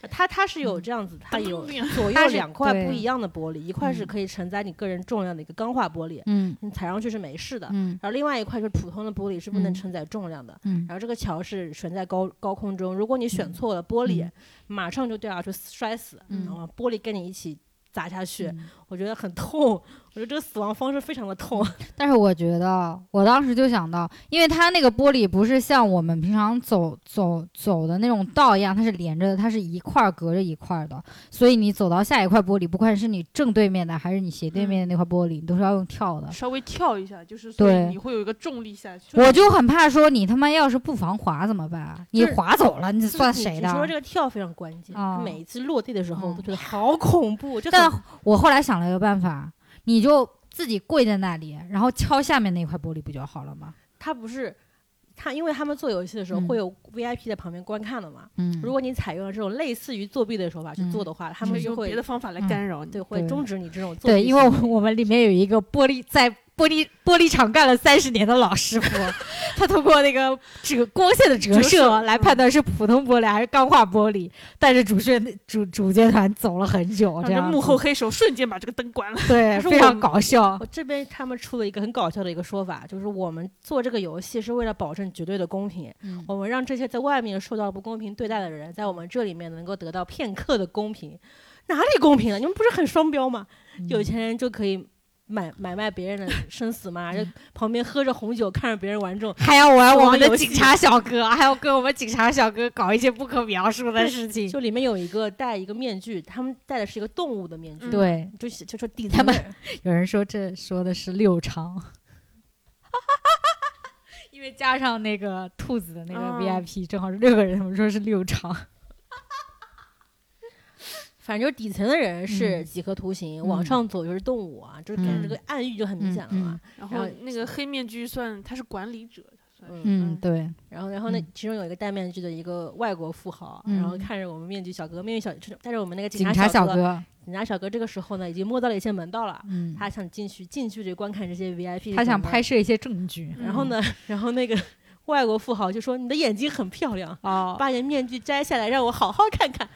A: 它它是
C: 嗯
A: 有这样子，它有
C: 命
A: 左右
B: 它是
A: 两块
B: 对
A: 不一样的玻璃，一块是
B: 嗯
A: 可以承载你个人重量的一个钢化玻璃，
B: 嗯
A: 你踩上去是没事的。
B: 嗯
A: 然后另外一块就是普通的玻璃，是不能
B: 嗯
A: 承载重量的。
B: 嗯
A: 然后这个桥是悬在高高空中，如果你选错了玻璃，
B: 嗯
A: 马上就掉下去摔死，
B: 嗯
A: 然后玻璃跟你一起砸下去，
B: 嗯
A: 我觉得很痛，我觉得这个死亡方式非常的痛。
B: 但是我觉得，我当时就想到，因为它那个玻璃不是像我们平常走走走的那种道一样，它是连着的，它是一块儿隔着一块儿的，所以你走到下一块玻璃，不管是你正对面的还是你斜对面的那块玻璃，你都是要用跳的。
C: 稍微跳一下，就是所以
B: 嗯对
C: 你会有一个重力下去。
B: 我就很怕说你他妈要是不防滑怎么办？啊你
A: 就是
B: 滑走了，你
A: 就是
B: 算
A: 你
B: 谁
A: 你说
B: 的
A: 这？个跳非常关键，
B: 啊
A: 每一次落地的时候，我都
B: 嗯
A: 觉得好恐怖，就
B: 但
A: 很
B: 我后来想了一个办法，你就自己跪在那里，然后敲下面那块玻璃不就好了吗？
A: 它不是。它因为他们做游戏的时候
B: 嗯
A: 会有 VIP 在旁边观看的嘛，
B: 嗯，
A: 如果你采用了这种类似于作弊的手法去做的话，他们
C: 是
A: 就
C: 用
A: 会
C: 别的方法来
B: 嗯
C: 干扰你。
A: 对会
B: 对
A: 终止你这种作弊行为。
B: 对，因为我我们里面有一个玻璃在玻璃玻璃厂干了三十年的老师傅，他通过那个折光线的折
C: 折
B: 射
C: 射
B: 来
C: 嗯
B: 判断是普通玻璃还是钢化玻璃，带着主角主主角团走了很久，这
C: 让
B: 样
C: 啊这幕后
B: 子
C: 黑手瞬间把这个 灯关了。
B: 对
A: 可是
B: 非
A: 我
B: 常
A: 们
B: 搞笑
A: 我，这边他们出了一个很搞笑的一个说法，就是我们做这个游戏是为了保证绝对的公平，
B: 嗯
A: 我们让这些在外面受到不公平对待的人，在我们这里面能够得到片刻的公平。哪里公平了？你们不是很双标吗？有钱人就可以买买卖别人的生死吗？
B: 嗯
A: 就旁边喝着红酒，看着别人玩这种，
B: 还要玩我
A: 玩
B: 们的
A: 游
B: 警
A: 戏
B: 察小哥，还要跟我们警察小哥搞一些不可描述的事情，
A: 就里面有一个戴一个面具，他们戴的是一个动物的面具，
C: 嗯
B: 对，
A: 就是就说底
B: 他们有人说这说的是六长， 因为加上那个兔子的那个
C: 哦
B: VIP，、正好是六个人，他们说是六长。
A: 反正就是底层的人是
B: 嗯
A: 几何图形，
B: 嗯
A: 往上走就是动物啊，就是感觉这个暗喻就很明显了嘛。然
C: 然后
A: 后
C: 那个黑面具算他是管理者， 他算是
A: 嗯
B: 嗯，对，
A: 然后，然后那
B: 嗯
A: 其中有一个戴面具的一个外国富豪，啊
B: 嗯
A: 然后看着我们面具小哥，面具小带着我们那个
B: 警
A: 察
B: 小
A: 哥，
B: 哥，
A: 警察小哥这个时候呢，已经摸到了一些门道了，
B: 嗯，
A: 他想进去近距离观看这些 VIP，
B: 他想
A: 什么
B: 拍，摄嗯一些证据，
A: 然后呢，然后那个 外国富豪就说：“你的眼睛很漂亮，
C: 哦，
A: 把你的面具摘下来，让我好好看看。”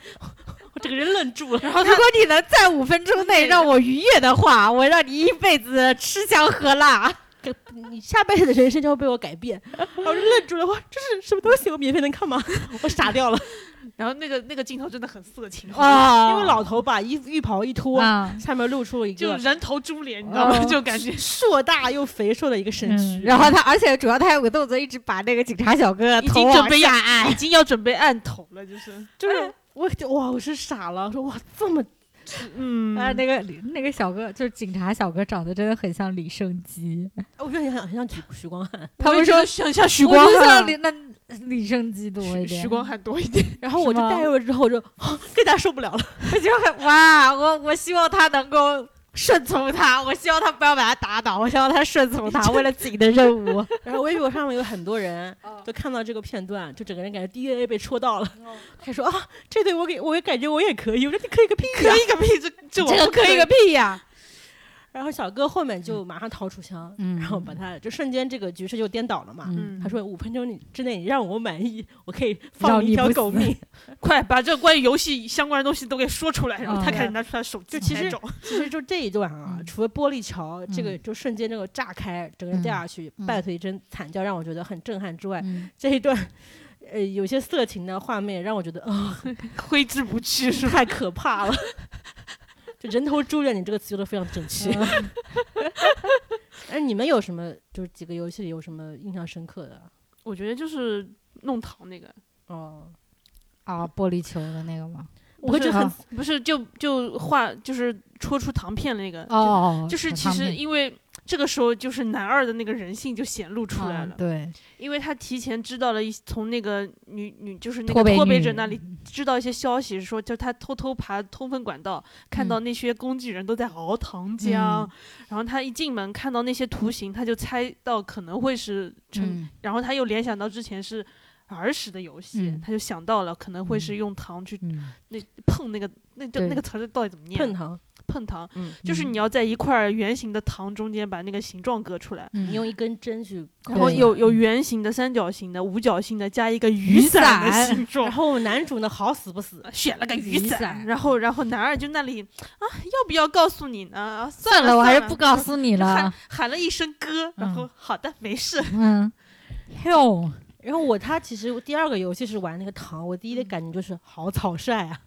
A: 我整个人愣住了，
B: 然后如果你能在五分钟内让我愉悦的话，我让你一辈子吃香喝辣。
A: 这你下辈子的人生就要被我改变。然后我就愣住了，哇，这是什么东西？我免费能看吗？我傻掉了，
C: 然后那个那个镜头真的很色情，
B: 啊，
A: 因为老头把衣服浴袍一脱，
B: 啊，
A: 下面露出了一
C: 就
A: 个
C: 人头猪脸，你知道吗？
B: 哦
C: 就感觉
A: 硕大又肥硕的一个身躯。
B: 嗯，然后他，而且主要他有个动作，一直把那个警察小哥的
C: 已
B: 头
C: 经准
B: 往
C: 备
B: 下
C: 要
B: 按
C: 已。经要准备按头了，就是
A: 就是我就哇，我是傻了，我说哇这么
C: 嗯，
B: 啊，那个李那个小哥就是警察小哥，长得真的很像李胜基。
A: 我觉得你很很像许许光啊汉。
B: 他
C: 我
B: 们
C: 就
B: 说
C: 觉得像像许
B: 我
C: 光啊
B: 就像
C: 汉
B: 李那李胜基多一
C: 许，
B: 点。
C: 许 光汉多一点，
A: 然后我就是
B: 吗
A: 带 入了之后，我就、啊更加受不了 了。
B: 我就很哇，我我希望他能够顺从他，我希望他不要把他打倒，我希望他顺从他，为了自己的任 务。
A: 然后微博上面有很多人
C: 哦
A: 就看到这个片段，就整个人感觉 DNA 被戳到了，他说啊，这对我给我也感觉我也可以，我说你可以个屁呀、
C: 可以个屁，这这我
B: 这个
C: 不可
B: 以个屁呀！
A: 然后小哥后面就马上掏出枪，
B: 嗯
A: 然后把他就瞬间这个局势就颠倒了嘛。
B: 嗯
A: 他说五分钟之内你让我满意，我可以
B: 让
A: 放
B: 你
A: 一条
B: 不
A: 狗
B: 死
A: 命。
C: 快把这关于游戏相关的东西都给说出来，
A: 哦
C: 然后他
B: 嗯
C: 开始拿出他的手
A: 就
C: 机
A: 其
C: 来
A: 实
C: 找
A: 其实就这一段啊，
B: 嗯
A: 除了玻璃桥这个
B: 嗯
A: 就瞬间这个炸开，整个人掉下去，
B: 嗯
A: 伴随一声惨叫，让我觉得很震撼之外，
B: 嗯，
A: 这一段呃有些色情的画面让我觉得啊、
C: 挥之不去是 吧？
A: 太可怕了。 就人头猪脸，你这个词用的非常准确。
B: 嗯
A: 哎，你们有什么就是几个游戏里有什么印象深刻的？
C: 我觉得就是弄堂那个，
A: 哦，
B: 啊，玻璃球的那个吗？
A: 我会觉得很
B: 啊
C: 不是就就画就是戳出糖片那个，
B: 哦，
C: 就是
B: 小
C: 其
B: 汤
C: 实
B: 面
C: 因为这个时候就是男二的那个人性就显露
A: 哦
C: 出来
B: 啊
C: 了，
B: 对，
C: 因为他提前知道了一从那个女女就是那
B: 脱
C: 个
B: 北
C: 脱北
B: 女嗯
C: 者那里知道一些消息，说就他偷偷爬通风管道，看到那些工具人都在熬糖浆，
B: 嗯
C: 然后他一进门看到那些图形，他就猜到可能会是成，
B: 嗯
C: 然后他又联想到之前是。儿时的游戏，
B: 嗯
C: 他就想到了可能会是
B: 嗯
C: 用糖去
B: 嗯，
C: 那碰那个那叫
B: 对
C: 那个词儿到底怎么念？啊
A: 碰糖，
C: 碰糖，
A: 嗯，
C: 就是你要在一块圆形的糖中间把那个形状割出来，
A: 你
B: 嗯
A: 用一根针去抠，
C: 然后
B: 对
C: 有有圆形的、三角形的、五角星的，加一个雨伞
B: 雨
C: 的
B: 伞
C: 形
A: 然
C: 状。
A: 后男主呢好死不死，
C: 选了个雨
B: 雨伞
C: 然后然后男二就那里啊，要不要告诉你呢？啊算
B: 算
C: 了，
B: 了，我还是
C: 算
B: 不告诉你
C: 喊
B: 了。
C: 喊了一嗯声哥，然后好的，没事。
B: 嗯，哟，
A: 然后我他其实第二个游戏是玩那个糖，我第一的感觉就是好草率啊，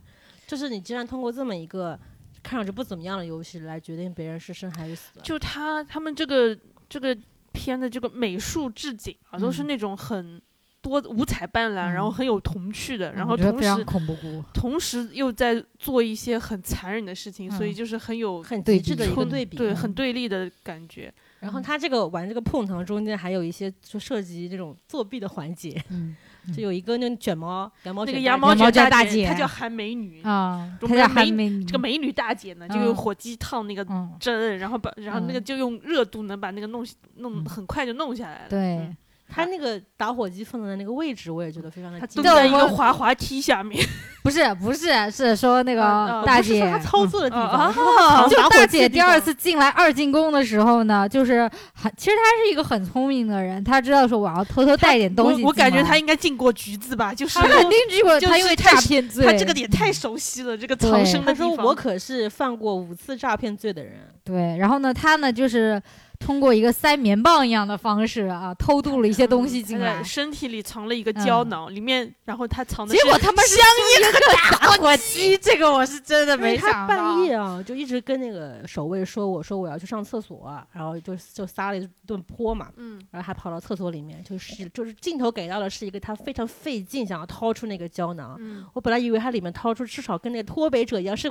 A: 就是你竟然通过这么一个看上去不怎么样的游戏来决定别人是生还是死，
C: 就他他们这个这个片的这个美术置景啊，都是
B: 嗯
C: 那种很多五彩斑斓，然后
B: 嗯
C: 很有童趣的，然
B: 我
C: 后
B: 觉得
C: 同
B: 非常
C: 时
B: 恐怖谷。
C: 同时又在做一些很残忍的事情，所以
B: 嗯
C: 就是很有
A: 很
B: 对
A: 极
B: 比
A: 致的一个
B: 冲
A: 对比。啊
C: 对
B: 嗯
C: 很对立的感觉。
A: 然后他这个玩这个碰糖中间还有一些就涉及这种作弊的环节，
B: 嗯
A: 就有一个那个卷毛羊毛
C: 那
A: 卷
C: 个
A: 大
C: 羊
A: 姐
C: 毛
B: 卷
C: 大
B: 大
C: 她
B: 姐
C: 叫韩美女，
B: 啊，
C: 我
B: 他
C: 们
B: 叫
C: 没
B: 韩梅尼，
C: 这个美女大姐呢，就
B: 嗯
C: 用火鸡烫那个
B: 嗯，
C: 针，然后把然后那个
B: 嗯
C: 就用热度能把那个弄弄
B: 嗯
C: 很快就弄下来了。
B: 对
C: 嗯，，
A: 他那个打火机放在那个位置，我也觉得非常的
C: 她
A: 精
C: 蹲
B: 这
A: 妙
C: 在一
B: 我
C: 个滑滑梯下面，
B: 不是不是，是说那
C: 啊
B: 个
C: 啊
B: 大
A: 不是
B: 姐
A: 说他操
B: 嗯
A: 作的地
C: 啊
A: 方，
C: 啊
A: 是他
B: 就
A: 打
B: 大
A: 火机
B: 姐
A: 的地
B: 第二
A: 方。
B: 次进来二进宫的时候呢，就是很，其实她是一个很聪明的人，她知道说我要偷偷带一点东西
C: 我我感觉
B: 进
C: 她
B: 来
C: 应该进过局子吧，就是
B: 她肯定只有
C: 就
B: 她因
C: 是
B: 为
C: 太
B: 诈
C: 是
B: 骗罪，
C: 他这个也太熟悉了，这个藏
B: 对
C: 身的
A: 他
C: 地
A: 说
C: 方。
A: 我可是犯过五次诈骗罪的人，
B: 对。然后呢，她呢就是通过一个塞棉棒一样的方式啊，偷渡了一些东西进
C: 他嗯在
B: 来，
C: 身体里藏了一个
B: 嗯
C: 胶囊，里面然后他藏的
B: 结果
C: 是
B: 他们相一个打火机，这个我是真的
A: 因为
B: 没
A: 他
B: 想
A: 半
B: 到。
A: 夜啊就一直跟那个守卫说，我说我要去上厕所啊、然后就就撒了一顿泼嘛，
C: 嗯，
A: 然后还跑到厕所里面，就是就是镜头给到的是一个他非常费劲想要掏出那个胶囊。
C: 嗯
A: 我本来以为他里面掏出至少跟那个脱北者一样是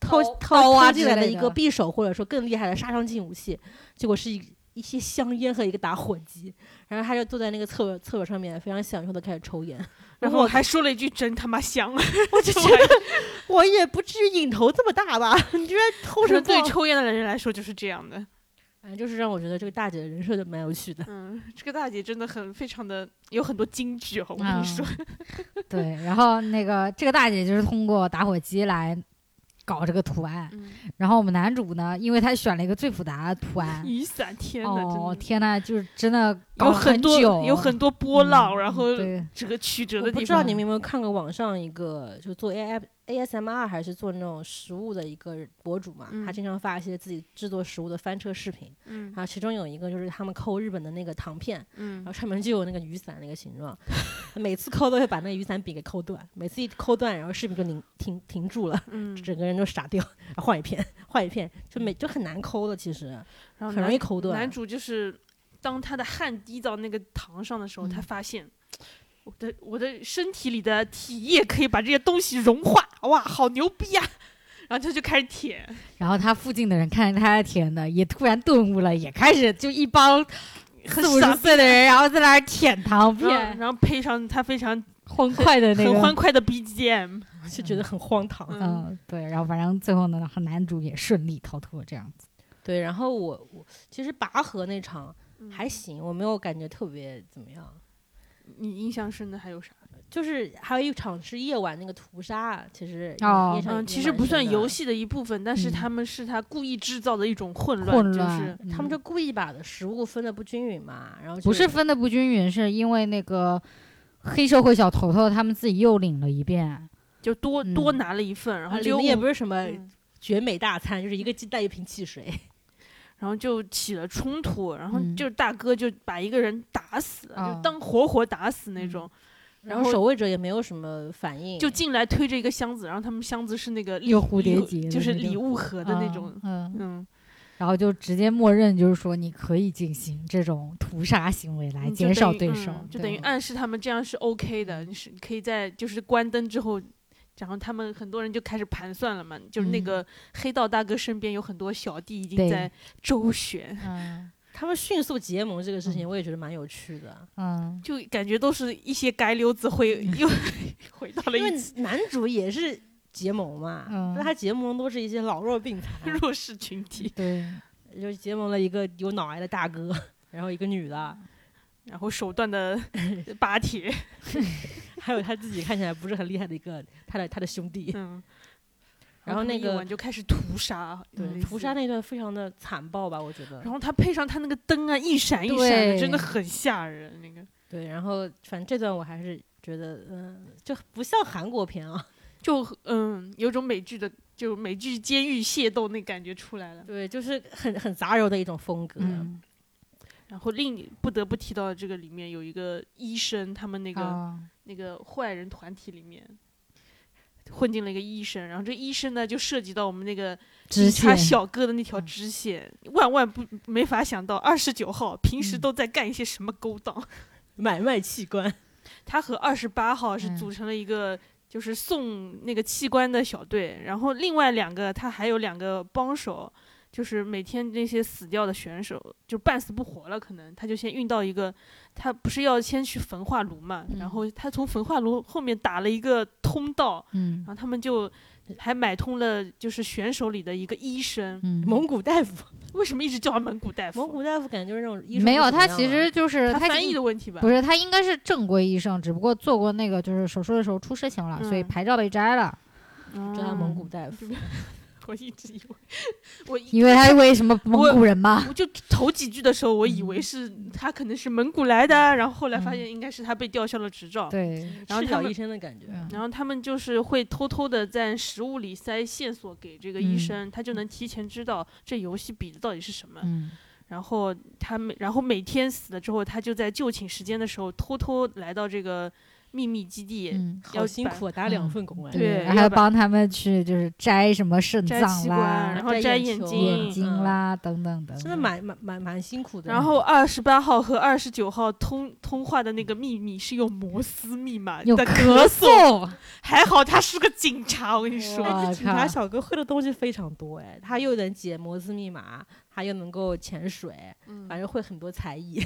A: 掏
B: 刀
A: 掏
B: 刀啊
A: 掏进
B: 之
A: 来
B: 类
A: 的一个
B: 的
A: 匕首或者说更厉害的杀伤性武器，结果是一一些香烟和一个打火机。然后他就坐在那个厕所厕所上面，非常享受的开始抽烟。
C: 然
A: 然
C: 后
A: 后
C: 我还说了一句真他妈香，
A: 我就觉得我也不至于瘾头这么大吧？你居然偷
C: 可
A: 着
C: 能对
A: 放
C: 抽烟的人来说就是这样的。
A: 反正就是让我觉得这个大姐的人设就蛮有趣 的。
C: 嗯，这个大姐真的很非常的有很多金句哦，我跟
B: 嗯
C: 你说，
B: 对，然后那个这个大姐就是通过打火机来搞这个图案，
C: 嗯，，
B: 然后我们男主呢，因为他选了一个最复杂的图案
C: 雨伞， 天哪，
B: 哦
C: 真的
B: 天呐，就是真的哦搞
C: 有
B: 了
C: 很多
B: 久，
C: 有很多波浪，
B: 嗯
C: 然后
B: 对
C: 这个曲折
A: 我
C: 的
A: 不
C: 地
A: 知道
C: 方。
A: 你们有没有看过网上一个就做 A I A S M R 还是做那种食物的一个博主嘛，
C: 嗯
A: 他经常发一些自己制作食物的翻车视频，
C: 嗯
A: 然后其中有一个就是他们抠日本的那个糖片，然
C: 嗯
A: 后上面就有那个雨伞那个形状，每次抠都会把那个雨伞柄给抠断，每次一抠断，然后视频就停停停住了，
C: 嗯，
A: 整个人就傻掉，然后换一片换一片，就每就很难抠的，其实
C: 然后
A: 很
C: 男
A: 容易抠断。
C: 男主就是当他的汗滴到那个糖上的时
B: 嗯
C: 候，他发现我的我的身体里的体液可以把这些东西融化，哇，好牛逼呀、然后他就开始舔，
B: 然后他附近的人看见他在舔的，也突然顿悟了，也开始就一 帮
C: 很
B: 四五
C: 傻
B: 十岁的人，然后在那儿舔糖
C: 然后
B: 片，
C: 然后配上他非常
B: 欢快的那
C: 很
B: 个。
C: 欢快的 BGM，
A: 就觉得很荒唐。
C: 嗯
B: 嗯，对，然后反正最后呢，然后男主也顺利逃脱，这样子。
A: 对，然后我我其实拔河那场
C: 嗯
A: 还行，我没有感觉特别怎么样。
C: 你印象深的还有啥？
A: 就是还有一场是夜晚那个屠杀，其实
B: 哦
A: 印象也
C: 嗯，其实
A: 蛮
C: 不算
A: 深的
C: 游，戏的一部分，但是
B: 嗯
C: 他们是他故意制造的一种混乱，
B: 混
C: 就是
B: 乱，
A: 他们
B: 嗯
A: 就故意把的食物分的不均匀嘛，然后就
B: 不是分的不均匀，是因为那个黑社会小头头他们自己又领了一遍，
C: 就多、多
B: 嗯
C: 拿了一份，然
A: 啊，
C: 后
A: 里
C: 就
A: 面也不是什么
C: 嗯
A: 绝美大餐，就是一个鸡蛋一瓶汽水，
C: 然后就起了冲突，然后
B: 嗯
C: 就是大哥就把一个人打死了，就
B: 啊
C: 当活活打死那
B: 嗯
C: 种，然
A: 然后
C: 后
A: 守卫者也没有什么反应，
C: 就进来推着一个箱子，然后他们箱子是那个礼
B: 有蝴蝶
C: 礼
B: 结的
C: 就是
B: 那种
C: 礼物盒的那
B: 啊
C: 种，
B: 嗯，
C: 嗯，
B: 然后就直接默认就是说你可以进行这种屠杀行为来
C: 嗯就
B: 减少
C: 等于
B: 对手
C: 嗯，就
B: 对
C: 等于暗示他们这样是 OK 的，你是可以在就是关灯之后。然后他们很多人就开始盘算了嘛，就是那
B: 嗯
C: 个黑道大哥身边有很多小弟已经
B: 对
C: 在周旋，
B: 嗯
A: 他们迅速结盟这个事情，我也觉得蛮有趣的。
B: 嗯，
C: 就感觉都是一些街溜子会又 回到了
A: 因为
C: 一起
A: 男主也是结盟嘛，
B: 嗯
A: 但他结盟都是一些老弱病 残，
C: 弱势群体。
B: 对，
A: 就是结盟了一个有脑癌的大哥，然后一个女的，
C: 然后手段的拔铁，
A: 还有他自己看起来不是很厉害的一个他的他的兄 弟，
C: 嗯，
A: 然后
C: 他们
A: 那
C: 一
A: 个
C: 晚就开始屠杀，有
A: 对
C: 类
A: 嗯屠
C: 似
A: 杀那段非常的残暴吧，我觉得
C: 然。后他配上他那个灯啊，一闪一闪的，真的
B: 对
C: 很吓人。那个
A: 对，然后反正这段我还是觉得，嗯、就不像韩国片啊。
C: 就嗯，有种美剧的，就美剧监狱械斗那感觉出来了。
A: 对，就是 很很杂糅的一种风格。
B: 嗯，
C: 然后另不得不提到的这个里面有一个医生，他们那个、
B: 啊
C: 那个坏人团体里面混进了一个医生，然后这医生呢就涉及到我们那个
B: 支
C: 他
B: 线
C: 小哥的那条
B: 嗯
C: 支线，万万不没法想到二十九号平
B: 嗯
C: 时都在干一些什么勾当。
A: 买卖器官，
C: 他和二十八号是
B: 嗯
C: 组成了一个就是送那个器官的小队，然后另外两个他还有两个帮手，就是每天那些死掉的选手就半死不活了，可能他就先运到一个，他不是要先去焚化炉嘛，
B: 嗯
C: 然后他从焚化炉后面打了一个通道，
B: 嗯
C: 然后他们就还买通了就是选手里的一个医生，
B: 嗯，
A: 蒙古大夫，
C: 为什么一直叫他蒙古大夫？
A: 蒙古大夫感觉就是那种医术
B: 没有
A: 不怎么
B: 他
A: 样
B: 其
A: 啊
B: 实就是
C: 他
B: 他
C: 翻
B: 其
C: 译的问题吧
B: 不？是他应该是正规医生，只不过做过那个就是手术的时候出事情了，所以
C: 嗯
B: 牌照被摘了，
A: 叫啊他蒙
C: 嗯，
A: 古大夫。
C: 我一直以为我一
B: 因为他为什么蒙古人嘛？
C: 我就头几句的时候，我以
B: 嗯
C: 为是他可能是蒙古来的，然后后来发现应该是他被吊销了执照。
B: 对，
C: 然后
A: 赤
C: 他
A: 脚
C: 们
A: 医生的感觉，
B: 嗯
C: 然后他们就是会偷偷的在食物里塞线索给这个医
B: 嗯
C: 生，他就能提前知道这游戏比的到底是什么。
B: 嗯
C: 然后他每然后每天死了之后，他就在就寝时间的时候偷偷来到这个秘密基地，
B: 嗯，
A: 好辛苦啊，打两份工哎。
C: 对
B: 还
C: 要
B: 要
C: 把
B: 帮他们去就是摘什么肾
C: 摘
B: 脏
C: 器官，然
B: 啦、
C: 后摘
A: 摘
C: 眼
A: 眼球
B: 眼啊
A: 嗯
B: 睛啦等等等等，
A: 真的蛮蛮蛮蛮辛苦的。
C: 然后二十八号和二十九号通通话的那个秘密是用摩斯密码
B: 有
C: 的
B: 咳嗽，
C: 还好他是个警察，我跟你说，
A: 哎，
B: 哇
A: 这警察
B: 靠
A: 小哥会的东西非常多哎，他又能解摩斯密码，他又能够潜水，
C: 嗯
A: 反正会很多才艺。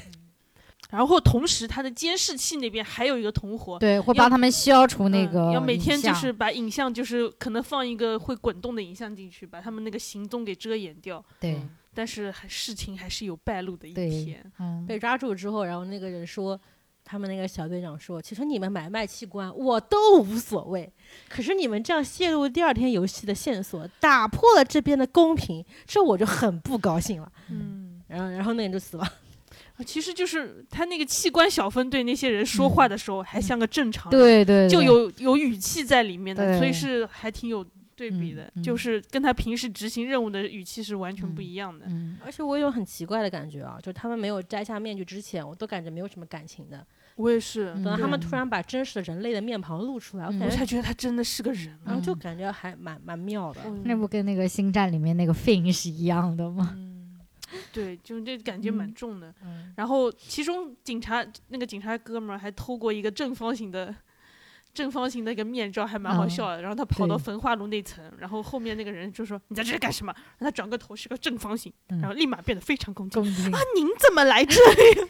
C: 然后同时他的监视器那边还有一个同伙，
B: 对，会帮他们消除那
C: 嗯
B: 个、
C: 要每天就是。把影像，就是可能放一个会滚动的影像进去，把他们那个行踪给遮掩掉。
B: 对
C: 嗯但是还事情还是有败露的一
B: 对
C: 天。
B: 嗯，
A: 被抓住之后，然后那个人说，他们那个小队长说，其实你们买卖器官我都无所谓，可是你们这样泄露第二天游戏的线索，打破了这边的公平，这我就很不高兴了。
C: 嗯，啊
A: 然后，然后那人就死了。
C: 其实就是他那个器官小分队那些人说话的时候，还像个正常人，
B: 对对，
C: 就
B: 对
C: 有有语气在里面
B: 对
C: 的，所以是还挺有对比的，
B: 嗯嗯
C: 就是跟他平时执行任务的语气是完全不一样的。
B: 嗯
A: 而且我有很奇怪的感觉啊，就是他们没有摘下面具之前，我都感觉没有什么感情的。
C: 我也是，
B: 嗯
A: 等到他们
B: 对
A: 突然把真实的人类的面庞露出来，我
B: 嗯
A: 感
C: 我
A: 觉，
C: 才觉得他真的是个人。啊
A: 然后就
B: 嗯
A: 感觉还蛮蛮妙的。
B: 那不跟那个《星战》里面那个 Finn 是一样的吗？
C: 嗯，对，就这感觉蛮
B: 嗯
C: 重的。
B: 嗯
C: 然后其中警察那个警察哥们儿还偷过一个正方形的正方形的一个面罩，还蛮好
B: 嗯
C: 笑的。然后他跑到
B: 对
C: 焚化炉那层，然后后面那个人就说：“你在这里干什么？”然后他转个头是个正方形，然后立马变得非常恭敬。
B: 攻击
C: 啊，您怎么来这里？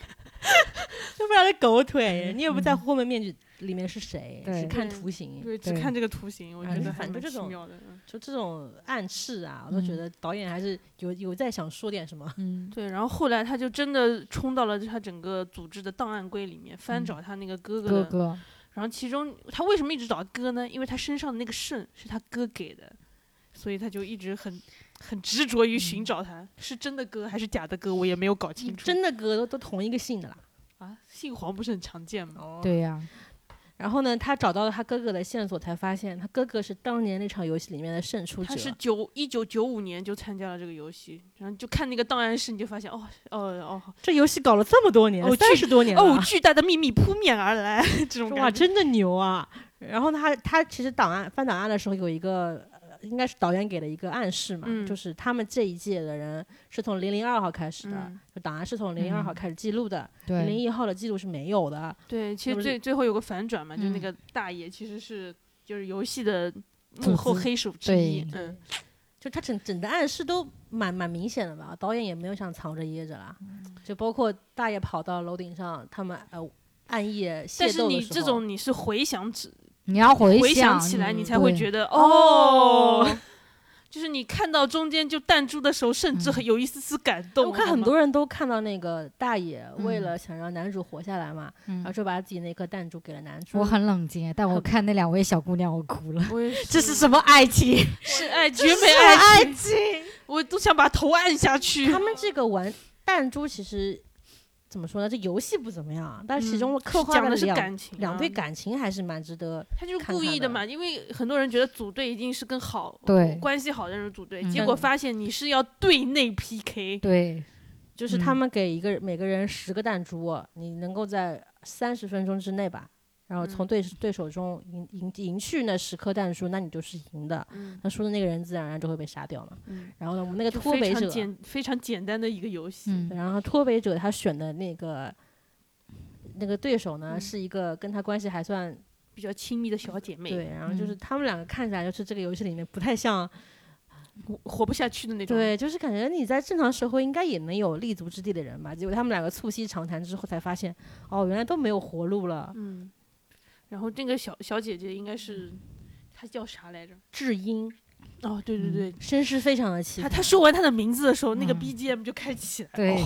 A: 要不然那狗腿，你也不在乎后面面具里面是谁，
B: 对
A: 只看
C: 嗯对
A: 图形。
C: 对，哎只
B: 对
C: 看这个图形，我觉
B: 嗯
C: 得还
A: 反
C: 蛮
A: 正
C: 奇
A: 这种
C: 妙的。嗯
A: 就这种暗示啊，我都觉
B: 嗯
A: 得导演还是有有在想说点什么。
B: 嗯，
C: 对，然后后来他就真的冲到了他整个组织的档案柜里面，翻
B: 嗯
C: 找他那个哥哥的
B: 哥哥，
C: 然后其中他为什么一直找他哥呢？因为他身上的那个肾是他哥给的，所以他就一直很很执着于寻找他、是真的哥还是假的哥，我也没有搞清楚。
A: 嗯真的哥都都同一个姓的啦。
C: 啊，姓黄不是很常见吗？
A: 哦。
B: 对呀，
A: 然后呢，他找到了他哥哥的线索，才发现他哥哥是当年那场游戏里面的胜出者
C: 他。是九一九九五年就参加了这个游戏，然后就看那个档案室，你就发现哦哦哦
A: 这游戏搞了这么多年
C: 哦
A: 三十多年了
C: 哦，巨大的秘密扑面而来， 这种
A: 哇，
C: 感觉。
A: 啊真的牛啊！然后他他其实档案翻档案的时候有一个。呃应该是导演给的一个暗示嘛，
C: 嗯
A: 就是他们这一届的人是从零零二号开始的，
C: 嗯
A: 就档案是从零零二号
B: 嗯
A: 开始记录的，零零
B: 对，
A: 一号的记录是没有的。
C: 对，其
A: 要
C: 实
A: 不
C: 最最后有个反转嘛，就那
B: 嗯
C: 个大爷其实是就是游戏的幕
B: 组
C: 后
B: 织
C: 黑手之
B: 对
C: 一，嗯，
A: 就他整整的暗示都蛮蛮明显的吧，导演也没有想藏着掖着啦，
C: 嗯
A: 就包括大爷跑到楼顶上，他们呃暗夜
C: 但
A: 械
C: 是
A: 斗
C: 你
A: 的时候，
C: 这种你是回想起
B: 你要
C: 回
B: 回
C: 想
B: 想
C: 起来，
A: 嗯
C: 你才会
B: 对
C: 觉得哦，就是你看到中间就弹珠的时候，甚至
B: 嗯
C: 很有一丝丝感动。
A: 哎我看
C: 好
A: 很
C: 吗
A: 多人都看到那个大爷为
B: 嗯
A: 了想让男主活下来嘛，然后
B: 嗯，
A: 就把自己那颗弹珠给了男主。
B: 我很冷静，但我看那两位小姑娘，我哭了。
C: 我也
A: 这是什么爱情？
C: 是爱，绝美爱情，
B: 情，
C: 我都想把头按下去。
A: 他们这个玩弹珠其实怎么说呢？这游戏不怎么样，啊但是其中刻画
C: 讲嗯的是
A: 两
C: 感情啊，
A: 两对感情还是蛮值得。
C: 他就是
A: 看
C: 故
A: 他
C: 意
A: 的
C: 的嘛，因为很多人觉得组队一定是跟好
B: 对
C: 关系好的人组队，
B: 嗯
C: 结果发现你是要对内 PK，
B: 对，
A: 就是
C: 嗯
A: 他们给一个每个人十个弹珠，你能够在三十分钟之内吧，然后从
C: 嗯
A: 对对手中赢赢赢去那十颗弹珠，那你就是赢的。
C: 嗯
A: 那输的那个人自然而然就会被杀掉嘛。
C: 嗯，
A: 然后呢，我们那个
C: 就
A: 脱
C: 非
A: 北者
C: 常，简非常简单的一个游戏，
B: 嗯，
A: 然后脱北者他选的那个那个对手呢，
C: 嗯
A: 是一个跟他关系还算
C: 比较亲密的小姐妹，
A: 对，然后就是
B: 嗯
A: 他们两个看起来就是这个游戏里面不太像，
C: 活不下去的那种。
A: 对，就是感觉你在正常社会应该也能有立足之地的人吧。结果他们两个促膝长谈之后，才发现哦，原来都没有活路了。
C: 嗯，然后这个小小姐姐应该是她叫啥来着？
A: 智英
C: 哦，对对对，
A: 身世非常的凄
C: 她
A: 惨，
C: 她说完她的名字的时候，那个
B: 嗯
C: BGM 就开启了。
B: 对，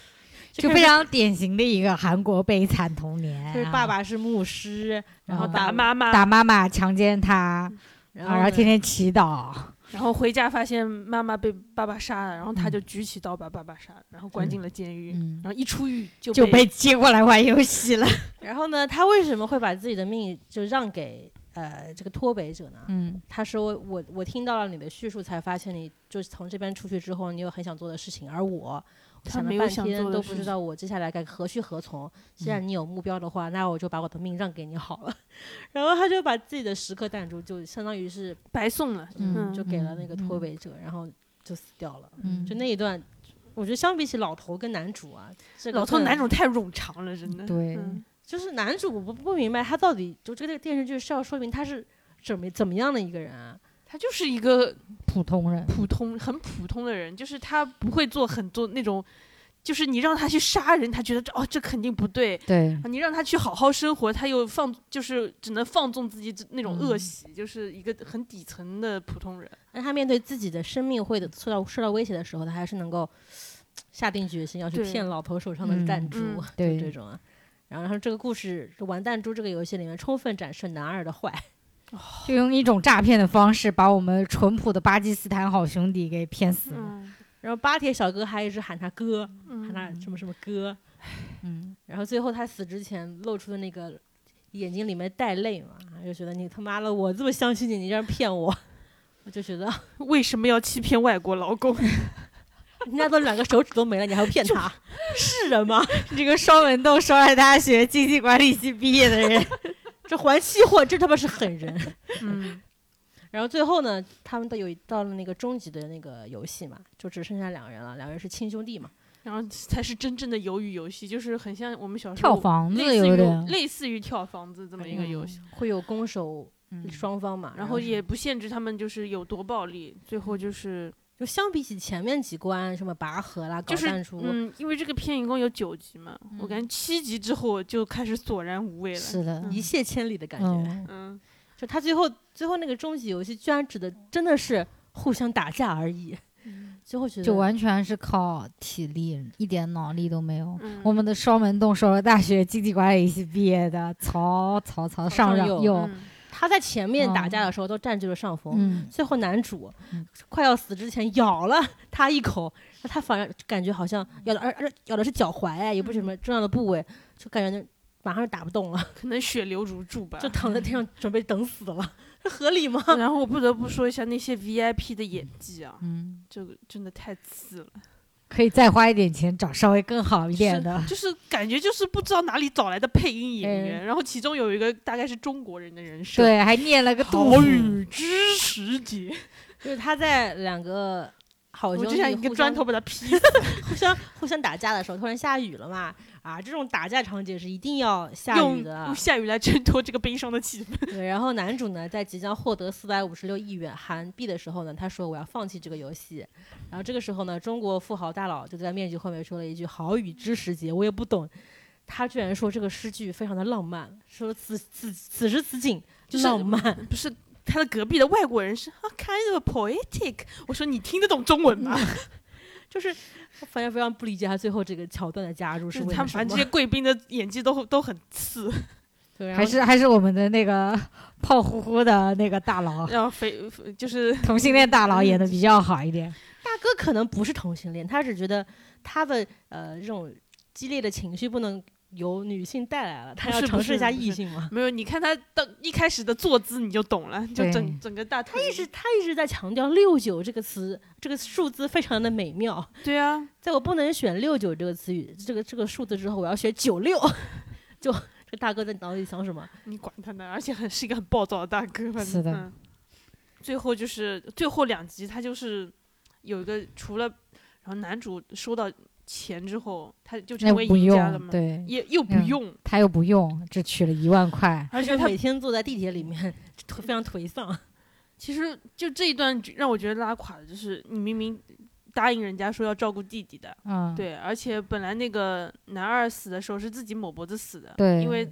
B: 就
A: 开
B: 非
A: 始
B: 常典型的一个韩国悲惨童年啊。
A: 就是爸爸是牧师，然后
B: 嗯
A: 爸爸，
C: 打妈妈，
B: 打妈妈强奸他，
A: 然
B: 啊
A: 后
B: 然
A: 呢
B: 后天天祈祷。
C: 然后回家发现妈妈被爸爸杀了，然后她就举起刀把爸爸杀了，然后关进了监狱，
B: 嗯
C: 然，后一出狱就
B: 就
C: 被
B: 被接过来玩游戏了。
A: 然后呢，他为什么会把自己的命就让给呃这个脱北者呢？
B: 嗯
A: 他说我我听到了你的叙述，才发现你就是从这边出去之后，你有很想做的事情，而我。我
C: 他
A: 想
C: 没
A: 了
C: 有
A: 半
C: 想
A: 天
C: 做的
A: 都
C: 事
A: 不知
C: 情嗯
A: 道我接下来该何去何从。既然你有目标的话，那我就把我的命让给你好了。 然后他就把自己的十颗弹珠就相当于是
C: 白送了。嗯，
A: 就给了那个
B: 嗯
A: 脱北者，然后就死掉了。
B: 嗯，
A: 就那一段，我觉得相比起老头跟男主啊，这个
C: 老头
A: 更
C: 男主太冗长了，真的。
B: 对
C: 嗯
A: 就是男主，我不不明白他到底就这个电视剧是要说明他是怎么怎么样的一个人啊？
C: 他就是一个
B: 普通人，
C: 普通、很普通的人，就是他不会做很多那种，就是你让他去杀人，他觉得这哦这肯定不对；
B: 对，
C: 你让他去好好生活，他又放就是只能放纵自己这那种恶习，就是一个很底层的普通人。
A: 那他面对自己的生命会的受到受到威胁的时候，他还是能够下定决心要去
C: 对
A: 骗老头手上的
B: 嗯
A: 弹珠，
C: 嗯
A: 就
B: 对
A: 这种啊。然后他说这个故事《玩弹珠》这个游戏里面充分展示男二的坏，
B: 就用一种诈骗的方式把我们淳朴的巴基斯坦好兄弟给骗死了。
C: 嗯
A: 然后巴铁小哥还一直喊他哥，喊
C: 嗯，
A: 他什么什么哥，
B: 嗯，
A: 然后最后他死之前露出的那个眼睛里面带泪嘛，就觉得你他妈的我这么相信你，你这样骗我，我就觉得
C: 为什么要欺骗外国劳工？
A: 人家都两个手指都没了，你还要骗他， 是人吗？
B: 这个双门洞首尔大学经济管理系毕业的人，
A: 这还期货，这他妈是狠人。
C: 嗯，
A: 然后最后呢，他们都有到了那个终极的那个游戏嘛，就只剩下两人了，两人是亲兄弟嘛。
C: 然后才是真正的鱿鱼游戏，就是很像我们小时
B: 跳
C: 候
B: 房子
C: 类似
B: 有
C: 于
B: 点嗯
C: 类似于跳房子这么一个游戏，
A: 会有攻守双方嘛，
C: 然后也不限制他们就是有多暴力，最后就是
A: 就相比起前面几关什么拔河啦、搞
C: 就是
A: 弹珠，
C: 嗯，因为这个片一共有九集嘛，我感觉七集之后就开始索然无味了，
B: 是的，
A: 一泻千里的感觉。
B: 嗯，
C: 嗯，
A: 就他最后最后那个终极游戏，居然指的真的是互相打架而已，
C: 嗯
A: 最后觉得
B: 就完全是靠体力，一点脑力都没有。
C: 嗯
B: 我们的双门洞首尔大学经济管理系毕业的曹曹曹
A: 尚
B: 尚让
A: 佑
B: 佑，
C: 嗯
A: 他在前面打
B: 嗯
A: 架的时候都占据了上风，
B: 嗯，
A: 最后男主、
B: 嗯
A: 快要死之前咬了他一口，他反而感觉好像咬的，而而咬的是脚踝哎，也不是什么重要的部位，就感觉马上就打不动了，
C: 可能血流如注吧，
A: 就躺在地 上准备等死了，这合理吗？
C: 然后我不得不说一下那些 VIP 的演技啊，
B: 嗯，
C: 这个真的太次了，
B: 可以再花一点钱找稍微更好一点的。
C: 就是感觉就是不知道哪里找来的配音演员，
B: 嗯
C: 然后其中有一个大概是中国人的人设，，
B: 对，还念了个杜
C: 好嗯
B: 甫。
C: 雨知时节，
A: 就是他在两个好
C: 我
A: 兄
C: 就
A: 弟
C: 像一个
A: 互
C: 砖
A: 相
C: 头把他劈死，
A: 互相互相打架的时候，突然下雨了嘛，啊，这种打架场景是一定要下雨
C: 用
A: 的
C: 用。下雨来衬托这个悲伤的气氛，
A: 对，然后男主呢，在即将获得四百五十六亿元韩币的时候呢，他说我要放弃这个游戏。然后这个时候呢，中国富豪大佬就在面具后面说了一句“好雨知时节”，我也不懂，他居然说这个诗句非常的浪漫，说此此此时此景
C: 就是
A: 浪漫，
C: 不是。他的隔壁的外国人是啊，kind of poetic。我说你听得懂中文吗？
A: 就是我反正非常不理解他最后这个桥段的加入是
C: 就是
A: 为
C: 嗯他
A: 了
C: 们
A: 什
C: 反正这
A: 么
C: 些。贵宾的演技都都很次，
A: 对，然后
B: 还是还是我们的那个 胖乎乎的那个大 佬，
C: 然后肥肥就是
B: 同性恋大佬演的比较好一
C: 嗯
B: 点。
A: 大哥可能不是同性恋，他只觉得他的呃这种激烈的情绪不能由女性带来了，他
C: 不
A: 要
C: 是
A: 尝
C: 不
A: 试一
C: 是
A: 下
C: 不
A: 异
C: 是
A: 性嘛。
C: 没有，你看他到一开始的坐姿你就懂了，就
B: 对
C: 整整个大腿
A: 他一直他一直在强调“六九”这个词，这个数字非常的美妙。
C: 对啊，
A: 在我不能选“六九”这个词语，这个这个数字之后，我要选“九六”。就这大哥在脑里想什么？
C: 你管他呢，而且很是一个很暴躁的大哥，反正
B: 是的
C: 嗯最后就是最后两集，他就是有一个除了，然后男主收到钱之后，他就
B: 那
C: 成为
B: 不
C: 赢家了
B: 用，
C: 嘛，
B: 对
C: 也又不
B: 嗯
C: 用，
B: 他又不用，只取了一万块。
C: 而且
A: 就
C: 他
A: 每天坐在地铁里面，颓非常颓丧。
C: 其实就这一段让我觉得拉垮的就是你明明答应人家说要照顾弟弟的，
B: 嗯，
C: 对，而且本来那个男二死的时候是自己抹脖子死的，
B: 对
C: 因为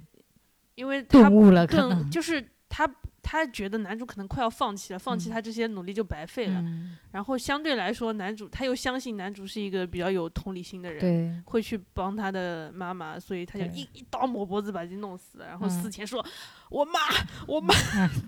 C: 因为他
B: 顿悟了，可
C: 更
B: 能。
C: 就是他他觉得男主可能快要放弃了，放弃他这些努力就白费了。
B: 嗯，
C: 然后相对来说，男主他又相信男主是一个比较有同理心的人。
B: 对，
C: 会去帮他的妈妈，所以他就
B: 对
C: 一一刀抹脖子把自己弄死，然后
B: 嗯
C: 死前说：“我妈，我妈。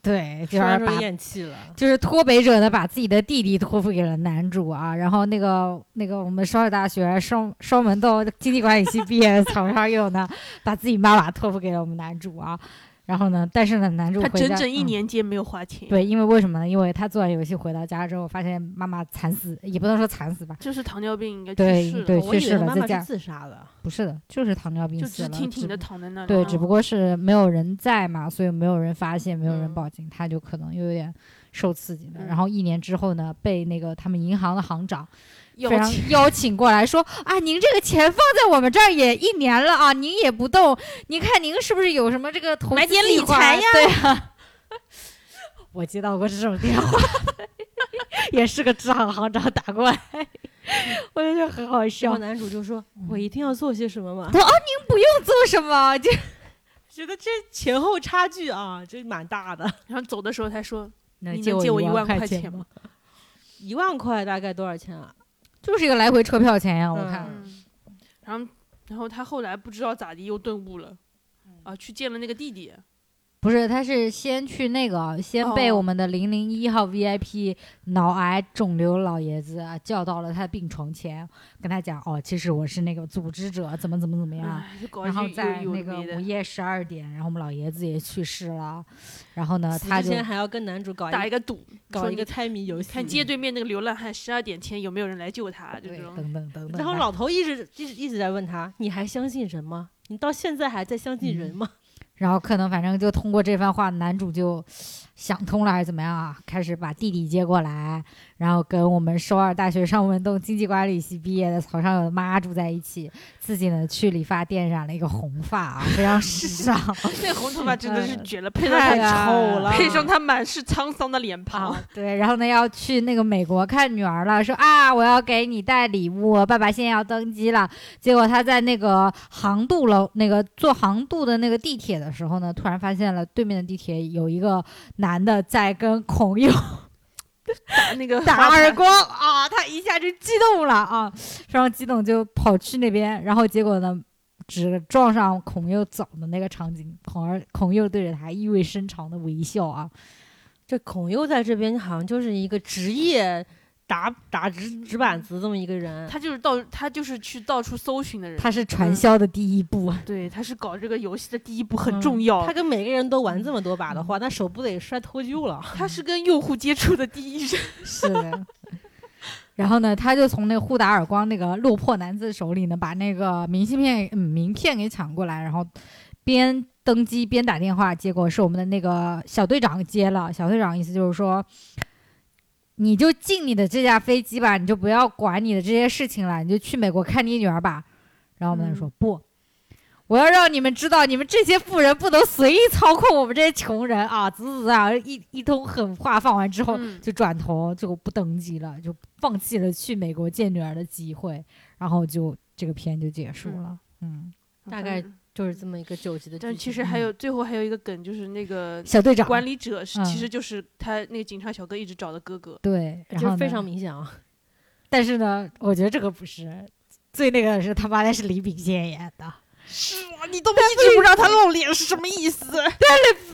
B: 对，就
A: 说完之
B: 是把
A: 后咽气了。
B: 就是脱北者呢，把自己的弟弟托付给了男主啊。然后那个那个我们首尔大学双双门洞经济管理系毕业 的曹尚佑呢，把自己妈妈托付给了我们男主啊。然后呢，但是呢，男主
C: 他
B: 回家
C: 整整一、
B: 嗯
C: 年间没有花钱，
B: 对，因为为什么呢？因为他做完游戏回到家之后，发现妈妈惨死，也不能说惨死吧，
C: 就是糖尿病应该
B: 对
C: 去世了，
B: 对
A: 我
B: 去
A: 以
B: 世
A: 为
B: 了
A: 他妈妈
B: 在家
A: 是自杀了。
B: 不是的，就是糖尿病
C: 就
B: 死
C: 直
B: 了，
C: 挺挺
B: 只
C: 的
B: 不
C: 躺在那里。
B: 对，
C: 嗯
B: 只不过是没有人在嘛，所以没有人发现，没有人
C: 嗯
B: 报警，他就可能有点受刺激了。
C: 嗯
B: 然后一年之后呢，被那个他们银行的行长
C: 有
B: 非常邀请过来说啊，您这个钱放在我们这儿也一年了啊，您也不动，您看您是不是有什么这个投资
C: 买点
B: 计
C: 理
B: 划
C: 财呀
B: 对啊， 我接到过这种电话， 也是个支行行长打过来， 我就觉得很好
A: 然
B: 笑
A: 后。男主就说：“我一定要做些什么嘛。”
B: 不用做什么，啊就
A: 觉得这前后差距啊，这蛮大的。
C: 然后走的时候他说
B: 能
C: 你能借我
B: 一
C: 一万
B: 块
C: 块钱
B: 吗
C: 吗？
A: 一万块大概多少钱啊？
B: 就是一个来回车票钱呀，我
A: 嗯：“
B: 看。
C: 嗯。”然后，然后他后来不知道咋的又顿悟了，啊，去见了那个弟弟，
B: 哎不是，他是先去那个，先被
C: 哦
B: 我们的零零一号 VIP 脑癌肿瘤老爷子啊叫到了他的病床前，跟他讲哦，其实我是那个组织者，怎么怎么怎么样。
C: 哎，就搞
B: 然后
C: 一些
B: 在
C: 有
B: 那
C: 有的
B: 个
C: 没
B: 午
C: 的，
B: 夜十二点，然后我们老爷子也去世了，然后呢，
A: 死
B: 呃他
A: 之
B: 就
A: 前还要跟男主搞
C: 打
A: 一
C: 一个赌，
A: 搞
C: 说
A: 一个
C: 你
A: 猜谜游戏，
C: 看街对面那个流浪汉十二点前有没有人来救他，就
B: 对
C: 这种。
B: 等等等等吧，
A: 然后老头一直一直一直在问他：“你还相信人吗？你到现在还在相信人吗
B: 然后可能反正就通过这番话，男主就想通了还是怎么样啊，开始把弟弟接过来，然后跟我们首尔大学上文洞经济管理系毕业的曹尚友的妈住在一起，自己呢去理发店染了一个红发啊，非常时尚
C: 那红头发真的是
B: 嗯
C: 绝了，配上
B: 太嗯
C: 他
A: 丑了
C: 配上他满是沧桑的脸庞
B: 啊，，对，然后呢要去那个美国看女儿了，说啊我要给你带礼物，爸爸现在要登机了，结果他在那个航渡楼那个坐航渡的那个地铁的时候呢，突然发现了对面的地铁有一个男的在跟孔佑。
C: 打那个
B: 打
C: 花
B: 耳
C: 盘
B: 光啊，他一下就激动了啊，非常激动就跑去那边，然后结果呢，只撞上孔佑走的那个场景，孔儿孔佑对着他意味深长的微笑啊，？”
A: 这孔佑在这边好像就是一个职业打打直直板子这么一个人，
C: 他就是到他就是去到处搜寻的人，
B: 他是传销的第一步，
C: 对，他是搞这个游戏的第一步
B: 嗯
C: 很重要，
A: 他跟每个人都玩这么多把的话，那手不得摔脱臼了？
C: 他是跟用户接触的第一人，
B: 是的。然后呢，他就从那个互打耳光那个落魄男子手里呢，把那个明信片、嗯、名片给抢过来，然后边登机边打电话，结果是我们的那个小队长接了。小队长意思就是说，你就进你的这架飞机吧，你就不要管你的这些事情了，你就去美国看你女儿吧。然后我们就说、不，我要让你们知道，你们这些富人不能随意操控我们这些穷人啊！子子啊，一一通狠话放完之后，
C: 嗯
B: 就转头就不登机了，就放弃了去美国见女儿的机会，然后就这个片就结束了。嗯，
A: 大概就是这么一个九级的剧情。
C: 但其实还
B: 嗯
C: 有最后还有一个梗，就是那个
B: 小队长
C: 管理者是
B: 嗯
C: 其实就是他那个警察小哥一直找的哥哥。
B: 对，然
A: 就
B: 后
A: 是非
B: 呢
A: 常明显啊，
B: 但是呢，我觉得这个不是最那个的是他妈的是李秉宪演的。
C: 是啊，你都一直不让他露脸是什么意思？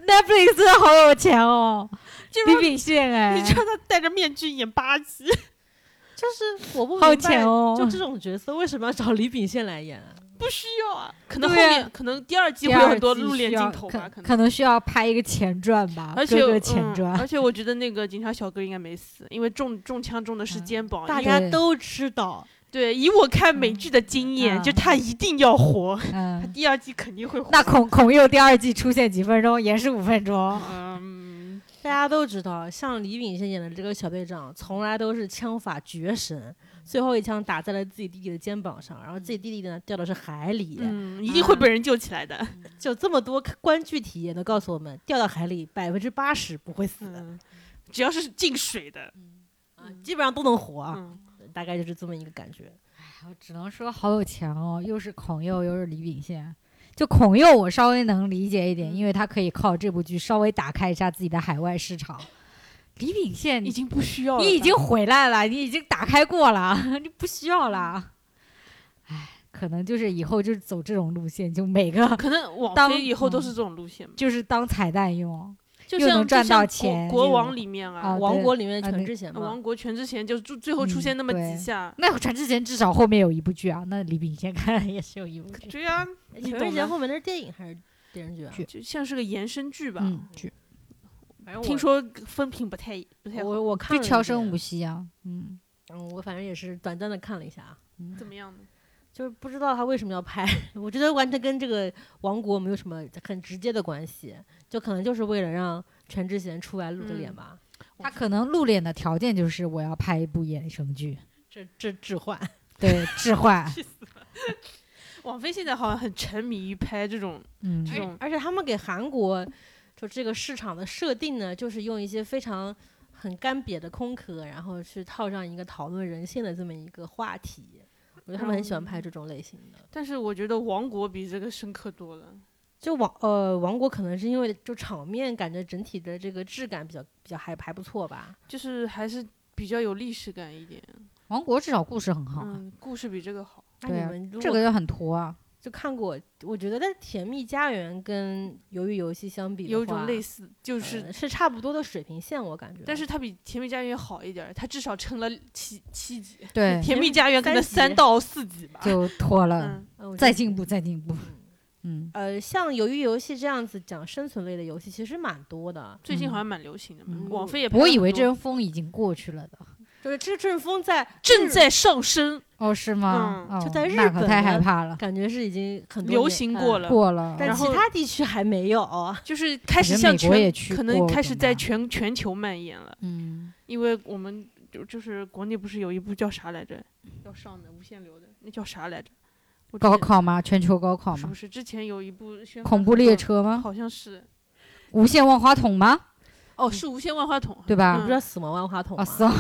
B: Netflix 真的好有钱哦，
C: 就是
B: 李秉宪哎
C: 啊你，知道他戴着面具演八级，
A: 就是我不
B: 好
A: 明白
B: 钱，哦，
A: 就这种角色为什么要找李秉宪来演啊？
C: 不需要啊。可能后
B: 对啊
C: 面、可能第二季
B: 第
C: 会有
B: 二
C: 很多
B: 季
C: 露脸
B: 需要
C: 镜头吧，
B: 可
C: 可能。
B: 可能需要拍一个前传吧，
C: 而且
B: 哥哥前传。
C: 嗯，而且我觉得那个警察小哥应该没死，因为中中枪中的是
B: 嗯
C: 肩膀。
A: 大
C: 哦应
A: 家
B: 对
A: 都知道，
C: 对，以我看美剧的经
B: 嗯
C: 验，就他一定要活，
B: 嗯，
C: 第二季肯定会活。
B: 那孔孔侑第二季出现几分钟，也是五分钟。
C: 嗯，
A: 大家都知道，像李秉宪演的这个小队长，从来都是枪法绝神，最后一枪打在了自己弟弟的肩膀上，然后
B: 嗯
A: 自己弟弟呢掉的是海里，
C: 嗯，一定会被人救起来的。
A: 就这么多观剧体验都告诉我们，掉到海里百分之八十不会死的，
C: 嗯， 只要是进水的，
A: 啊
B: 嗯
A: 基本上都能活啊，
C: 嗯，
A: 大概就是这么一个感觉。
B: 哎我只能说好有钱哦，又是孔侑，又是李秉宪。就孔侑，我稍微能理解一
C: 嗯
B: 点，因为他可以靠这部剧稍微打开一下自己的海外市场。李秉宪，
C: 已
B: 你
C: 经不需要了。
B: 你已经回来了，你已经打开过了， 你不需要了。
C: 嗯
B: 唉，可能就是以后就是走这种路线，就每个
C: 可能网
B: 当
C: 飞以后都是这种路线吧，
B: 就是当彩蛋用。哦
C: 就
B: 又
C: 像
B: 能赚
C: 就像
B: 到
C: 国
B: 钱
C: 国
B: 又
C: 王里面啊，
B: 啊
C: 王
A: 王国里面
B: 啊
A: 的
B: 那
A: 全智贤嘛，
C: 王国全之前就最最后出
B: 嗯
C: 现那么
B: 对
C: 几下，
B: 那传之前至少后面有一部剧啊，那李秉宪看来也是有一部剧。
C: 对呀，你
A: 全
C: 懂
A: 智贤
C: 的
A: 后面那是电影还是电视剧啊？
B: 剧
C: 就像是个延伸剧吧。
B: 嗯，剧
A: 反正我
C: 听说风评不太不太好，
A: 我我看
B: 就
A: 了一
B: 悄声
A: 遍
B: 无息啊，嗯，
A: 嗯，我反正也是短暂的看了一下啊，
C: 怎么样呢？
A: 就是不知道他为什么要拍， 我觉得完全跟这个王国没有什么很直接的关系，就可能就是为了让全智贤出来露个脸
C: 嗯
A: 吧，
B: 他可能露脸的条件就是我要拍一部衍生剧，
A: 这这置换。
B: 对，置换，
C: 网飞现在好像很沉迷于拍这种
B: 嗯，
C: 这种，
A: 而且他们给韩国就这个市场的设定呢，就是用一些非常很干瘪的空壳，然后去套上一个讨论人性的这么一个话题。我觉得他们很喜欢拍这种类型的。
C: 但是我觉得王国比这个深刻多了。
A: 就王呃王国可能是因为就场面感觉整体的这个质感比较比较还还不错吧。
C: 就是还是比较有历史感一点。
B: 王国至少故事很好啊，
C: 嗯，故事比这个好。
A: 那
B: 对
A: 你
B: 啊
A: 们如
B: 这
A: 果
B: 个就很土啊，
A: 就看过，我觉得《甜蜜家园》跟《鱿鱼游戏》相比的
C: 有一种
A: 话
C: 类似，就
A: 呃
C: 是，
A: 是差不多的水平线，我感觉。
C: 但是它比《甜蜜家园》好一点儿，它至少撑了七七集，《
B: 对，
C: 甜蜜家园》可能
A: 三
C: 三
A: 集
C: 到四集 吧。
B: 就拖了，
C: 嗯，
A: 嗯，我觉
B: 再
A: 得
B: 进步，再进步，嗯，
A: 呃，像鱿鱼游戏这样子讲生存类的游戏，其实蛮多的。
C: 最近好像蛮流行的嘛，
B: 嗯
C: 网飞也拍了
B: 我以
C: 很
B: 为
C: 多
B: 这阵风已经过去了的，
A: 就是这个阵风在
C: 正
A: 日
C: 在上升，
B: 哦，是吗？
C: 嗯
B: 哦
A: 就在日
B: 那可
A: 本
B: 太害
A: 呢
B: 怕了，
A: 感觉是已经很多
C: 流
A: 年
C: 行过
A: 嗯
C: 了，
B: 过了，
A: 但
C: 然
A: 其
C: 后
A: 他地区还没有。
C: 就是开始
B: 感觉
C: 向
B: 美国也
C: 全，
B: 去
C: 可能
B: 过
C: 开始
B: 怎么
C: 在
B: 样
C: 全全球蔓延了，
B: 嗯，
C: 因为我们就就是国内不是有一部叫啥来着，要上的无限流的，那叫啥来着？我之
B: 高
C: 前
B: 考吗？全球高考
C: 是不
B: 吗？
C: 是之前有一部宣传
B: 恐怖
C: 很
B: 列
C: 多
B: 车吗？
C: 好像是
B: 无限万花筒吗？
C: 哦，是无限万花筒，
B: 嗯
C: 嗯
B: 对吧
A: 你不知道死亡万花筒吗？
B: 啊，死亡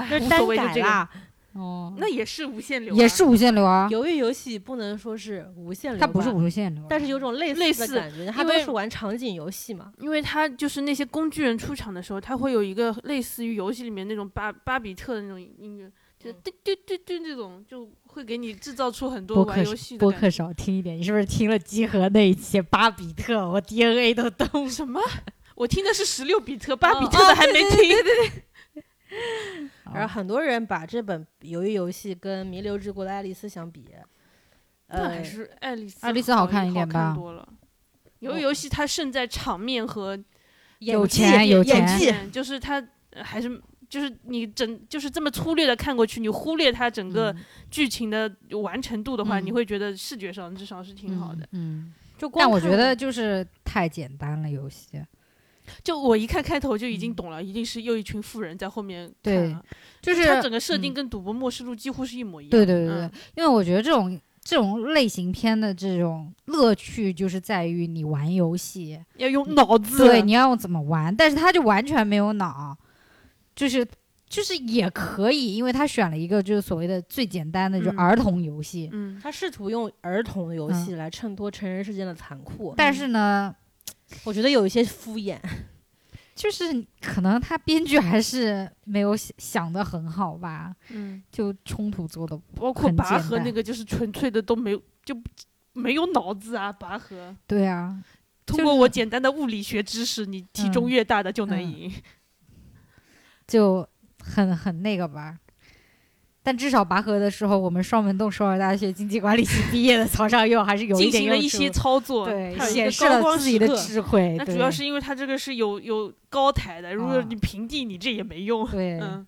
A: 那
C: 无
A: 是
C: 所
A: 单
C: 谓就
A: 改
C: 这个，
A: 啦。
B: 哦，
C: 那也是无限流啊，
B: 也是无限流啊，
A: 鱿鱼游戏不能说是无限流，
B: 它不是，无限流啊，
A: 但是有种类
C: 类
A: 似
C: 似
A: 的感觉，它
C: 因
A: 都
C: 为
A: 是玩场景游戏嘛。
C: 因为它就是那些工具人出场的时候，它会有一个类似于游戏里面那种巴巴比特的那种音乐，就
A: 嗯
C: 嘟嘟嘟嘟这种，就会给你制造出很多
B: 播客
C: 玩游戏的
B: 播
C: 感
B: 客
C: 觉。
B: 少听一点，你是不是听了集合那一期巴比特，我 DNA 都动了
C: 什么？ 我听的是十六比特，巴比
A: 哦
C: 特的还没听。
B: 哦
A: 然后很多人把这本鱿鱼游戏跟《弥留之国的爱丽丝》相比，
C: 那
A: 呃，
C: 还是爱丽丝，
B: 哎爱丽丝
C: 好
B: 好看一点吧
C: 好看多了。游游戏它胜在场面和
B: 嗯
A: 演
B: 有
A: 技
B: 钱有
A: 演
B: 钱
A: 技，
C: 嗯就是它呃还是就是你整就是这么粗略的看过去，你忽略它整个
B: 嗯
C: 剧情的完成度的话，
B: 嗯
C: 你会觉得视觉上至少是挺好的。
B: 嗯，嗯
A: 就光
B: 但我
A: 看
B: 觉得就是太简单了，游戏
C: 就我一看开头就已经懂了，一定是又一群富人在后面看
B: 嗯对
C: 啊
B: 就是
C: 它整个设定
B: 嗯
C: 跟《赌博默示录》几乎是一模一样。
B: 对对对对，
C: 嗯
B: 因为我觉得这种这种类型片的这种乐趣就是在于你玩游戏，嗯
C: 要用脑子。
B: 对，你要怎么玩，但是他就完全没有脑，就是就是也可以，因为他选了一个就是所谓的最简单的，就是
C: 嗯
B: 儿童游戏。
C: 嗯，
A: 他试图用儿童游戏来衬托成人世间的残酷，
B: 但是呢，
A: 我觉得有一些敷衍。
B: 就是可能他编剧还是没有想想的很好吧，
C: 嗯，
B: 就冲突做的
C: 包括
B: 很
C: 拔
B: 简
C: 河
B: 单
C: 那个就是纯粹的都没有就没有脑子啊，拔河。
B: 对啊，
C: 通
B: 就
C: 过
B: 是
C: 我简单的物理学知识，你体
B: 嗯
C: 重越大的就能
B: 嗯
C: 赢。
B: 就很很那个吧。但至少拔河的时候，我们双门洞首尔大学经济管理系毕业的曹尚佑还是有
C: 进
B: 一点
C: 行了
B: 用
C: 一
B: 处
C: 些操作，
B: 对
C: 它有一
B: 显
C: 个
B: 示
C: 高
B: 了
C: 光
B: 自己
C: 时
B: 的
C: 刻
B: 智慧。
C: 那
B: 对
C: 主要是因为它这个是有有高台的，如果
B: 啊
C: 你平地，你这也没用。
B: 对、
C: 嗯，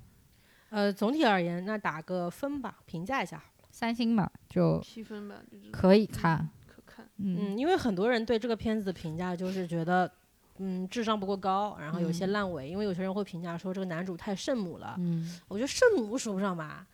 A: 呃，总体而言，那打个分吧，评价一下。
B: 三星嘛，就
C: 七分吧，就是
B: 可以看。
C: 可看。
B: 嗯，
A: 嗯，因为很多人对这个片子的评价就是觉得，嗯，智商不够高，然后有些
B: 嗯
A: 烂尾。因为有些人会评价说这个男主太圣母了，
B: 嗯，
A: 我觉得圣母说不上吧。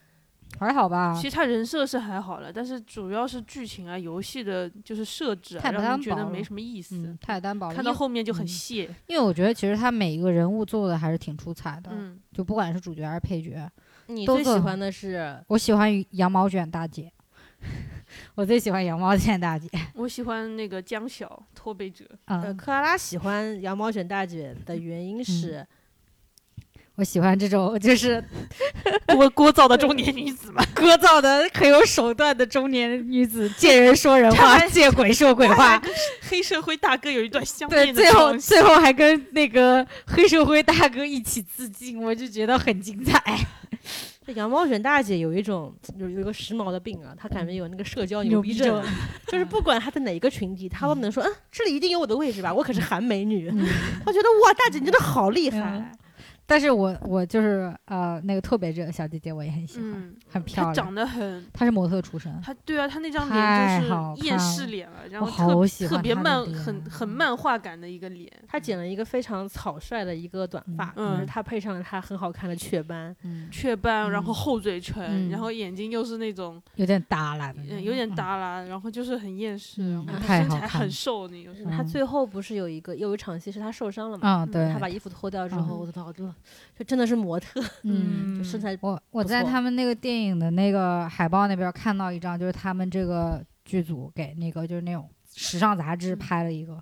B: 还好吧。
C: 其实他人设是还好了，但是主要是剧情啊、游戏的，就是设置、啊，
B: 太不
C: 让
B: 单
C: 你觉得
B: 薄
C: 没
B: 了
C: 什么意思。
B: 嗯，太单薄了。
C: 看到
B: 因为
C: 后面就很
B: 嗯
C: 泄。
B: 因为我觉得其实他每一个人物做的还是挺出彩的，
C: 嗯，
B: 就不管是主角还是配角。
A: 你
B: 都
A: 最喜
B: 做
A: 欢的是
B: 我喜欢羊毛卷大姐， 我最喜欢羊毛卷大姐。
C: 我喜欢那个江晓脱 北者，
A: 呃，
B: 嗯，
A: 克拉拉喜欢羊毛卷大姐的原因是，
B: 我喜欢这种就是
C: 聒聒噪的中年女子嘛。
B: 聒噪的很有手段的中年女子，见人说人
C: 她
B: 话，见鬼说鬼话。
C: 黑社会大哥有一段相
B: 对，
C: 恋的
B: 最后
C: 场景
B: 最后还跟那个黑社会大哥一起自尽，我就觉得很精彩，
A: 这羊毛卷大姐有一种有有一个时髦的病啊，她感觉有那个社交
B: 牛
A: 逼
B: 逼
A: 症啊， 就是不管她在哪一个群体，她都能说，嗯，这里一定有我的位置吧，我可是韩美女。
B: 嗯
A: 我觉得哇，大姐你真的好厉害
B: 嗯，但是我我就是呃那个特别热小姐姐，我也很喜欢，
C: 嗯，
B: 很漂
C: 她
B: 亮
C: 长。得很。
B: 她是模特出身，
C: 她对啊，她那张
B: 太好
C: 脸就是厌
B: 看
C: 世
B: 了
C: 脸了，然
B: 我
C: 后
B: 好
C: 特
B: 喜
C: 特
B: 欢
C: 别
B: 她的
C: 漫，
B: 脸嗯
C: 很很漫画感的一个脸。
A: 她剪了一个非常草率的一个短发，
C: 嗯
A: 可是她配上了她很好看的雀斑，
B: 嗯，
C: 雀斑，然后
B: 嗯
C: 厚嘴唇，
B: 嗯
C: 然后眼睛又是那种
B: 有点耷拉的那种，
C: 嗯有点耷拉，然后就是很厌世，
B: 嗯
C: 然后她
B: 太
C: 身
B: 好
C: 材
B: 看
C: 很
B: 了
C: 瘦那个。
B: 嗯
A: 她最后不是有一个有一场戏是她受伤了嘛，
B: 啊，对
A: 她，把衣服脱掉之
B: 嗯
A: 后，我的脑就就真的是模特，
B: 嗯。
A: 就身材
B: 我我
A: 不
B: 在
A: 错
B: 他们那个电影的那个海报那边看到一张，就是他们这个剧组给那个就是那种时尚杂志拍了一个，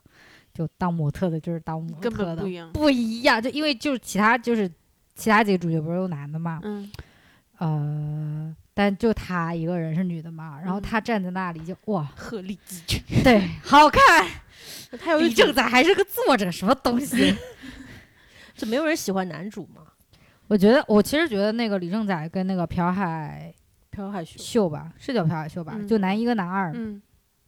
B: 就当模特的，就是当模
C: 嗯根
B: 特
C: 本
B: 的
C: 不，一样。
B: 不一样，就因为就是其他就是其他几个主角不是都男的嘛，
C: 嗯，
B: 呃，但就她一个人是女的嘛，然后
C: 嗯
B: 她站在那里就哇，
C: 鹤立鸡群。
B: 对，好看，
A: 她有一
B: 李正
A: 种
B: 宰还是个作者，什么东 西？
A: 就没有人喜欢男主嘛，
B: 我觉得我其实觉得那个李正宰跟那个朴海
A: 朴海秀。
B: 秀吧，是叫朴海秀吧，
C: 嗯
B: 就男一跟男二、
C: 嗯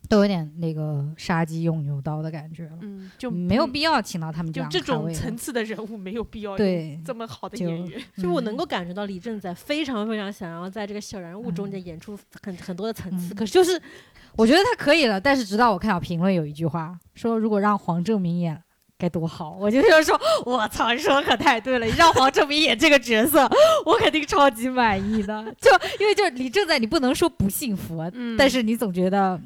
B: 都有点那个杀鸡用牛刀的感觉了，
C: 嗯，就
B: 没有
C: 嗯
B: 必要请到他们
C: 就
B: 样
C: 这
B: 的咖
C: 种
B: 位了
C: 层次的人物没有必要有
B: 对，
C: 这么好的
B: 就
C: 演员。
A: 就是我
B: 嗯
A: 能够感觉到李正宰非常非常想要在这个小人物中
C: 嗯
A: 间演出很、很多的层次，
B: 嗯
A: 可是就是
B: 我觉得他可以了，但是直到我看到评论有一句话说，如果让黄正明演该多好，我就想说，我操，你说的可太对了，你让黄正明演这个角色，我肯定超级满意的。 就因为就是李正宰，你不能说不幸福，
C: 嗯
B: 但是哎你总觉得嗯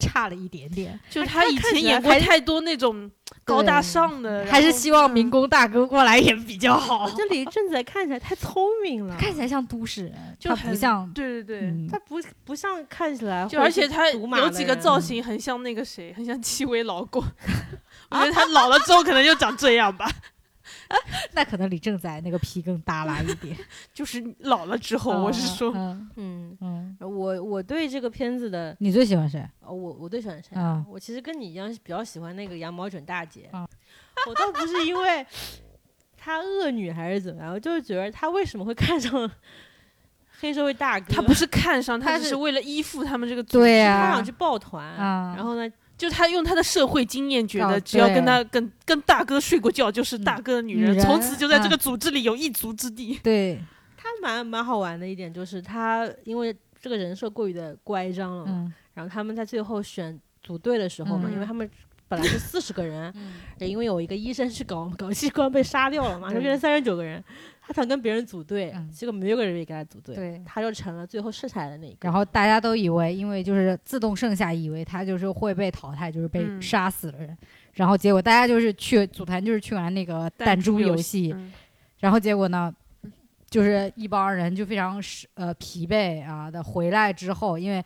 B: 差了一点点，
C: 就
A: 他
C: 他以
A: 看
C: 前
A: 起
C: 演
A: 来
C: 过
A: 还是
C: 太多那种高大
B: 对
C: 上的，然
B: 还是
C: 后嗯
B: 希望民工大哥过来演比较好。
A: 这李正宰看起来太聪明了，
B: 看起来像都市人，
C: 嗯就
B: 他
C: 很
B: 不像，
C: 对对对。
B: 嗯
A: 他，不不像看起来，
C: 就而且他
A: 赌马
C: 有
A: 的
C: 几个
A: 人
C: 造型很像那个谁，很像戚薇老公。 我 觉得他老了之后可能就长这样吧，
B: 那可能李正宰那个皮更耷拉一点。
C: 就是老了之后， 我是说，
B: 嗯，
A: 嗯，
B: 嗯，嗯
A: 我我对这个片子的，
B: 你最喜欢谁？
A: 呃我我最喜欢谁
C: 嗯
B: 啊
A: 我其实跟你一样比较喜欢那个羊毛卷大姐，
C: 嗯
B: 啊
A: 我倒不是因为她恶女还是怎么样，我就是觉得她为什么会看上 黑社会大哥，
C: 他不是看上，
B: 他
C: 嗯他只
B: 是
C: 是为了依附他们这个组织。
B: 对呀、
A: 她想去抱团，
B: 啊
A: 然后呢
C: 就他用他的社会经验觉
B: 哦
C: 得，只要
B: 对
C: 跟他跟跟大哥睡过觉，就是大哥的嗯女
B: 女
C: 人，嗯
B: 人
C: 从此就在这个组织里有一族之地。
B: 对，
A: 他蛮蛮好玩的一点就是他因为这个人设过于的乖张了嘛，
B: 嗯
A: 然后他们在最后选组队的时候嘛，
B: 嗯
A: 因为他们本来是四十个人， 也因为有一个医生去搞搞器官被杀掉了嘛，就变成三十九个人。他想跟别人组队，
B: 嗯
A: 结果没有个人愿意跟他组队，
B: 对。
A: 他就成了最后剩下来的那一个。
B: 然后大家都以为，因为就是自动剩下，以为他就是会被淘汰，就是被
C: 嗯
B: 杀死的人。然后结果大家就是去组团，就是去玩那个
C: 弹
B: 弹珠
C: 珠游
B: 戏。
C: 嗯
B: 然后结果呢，就是一帮人就非常是呃疲惫啊的回来之后，因为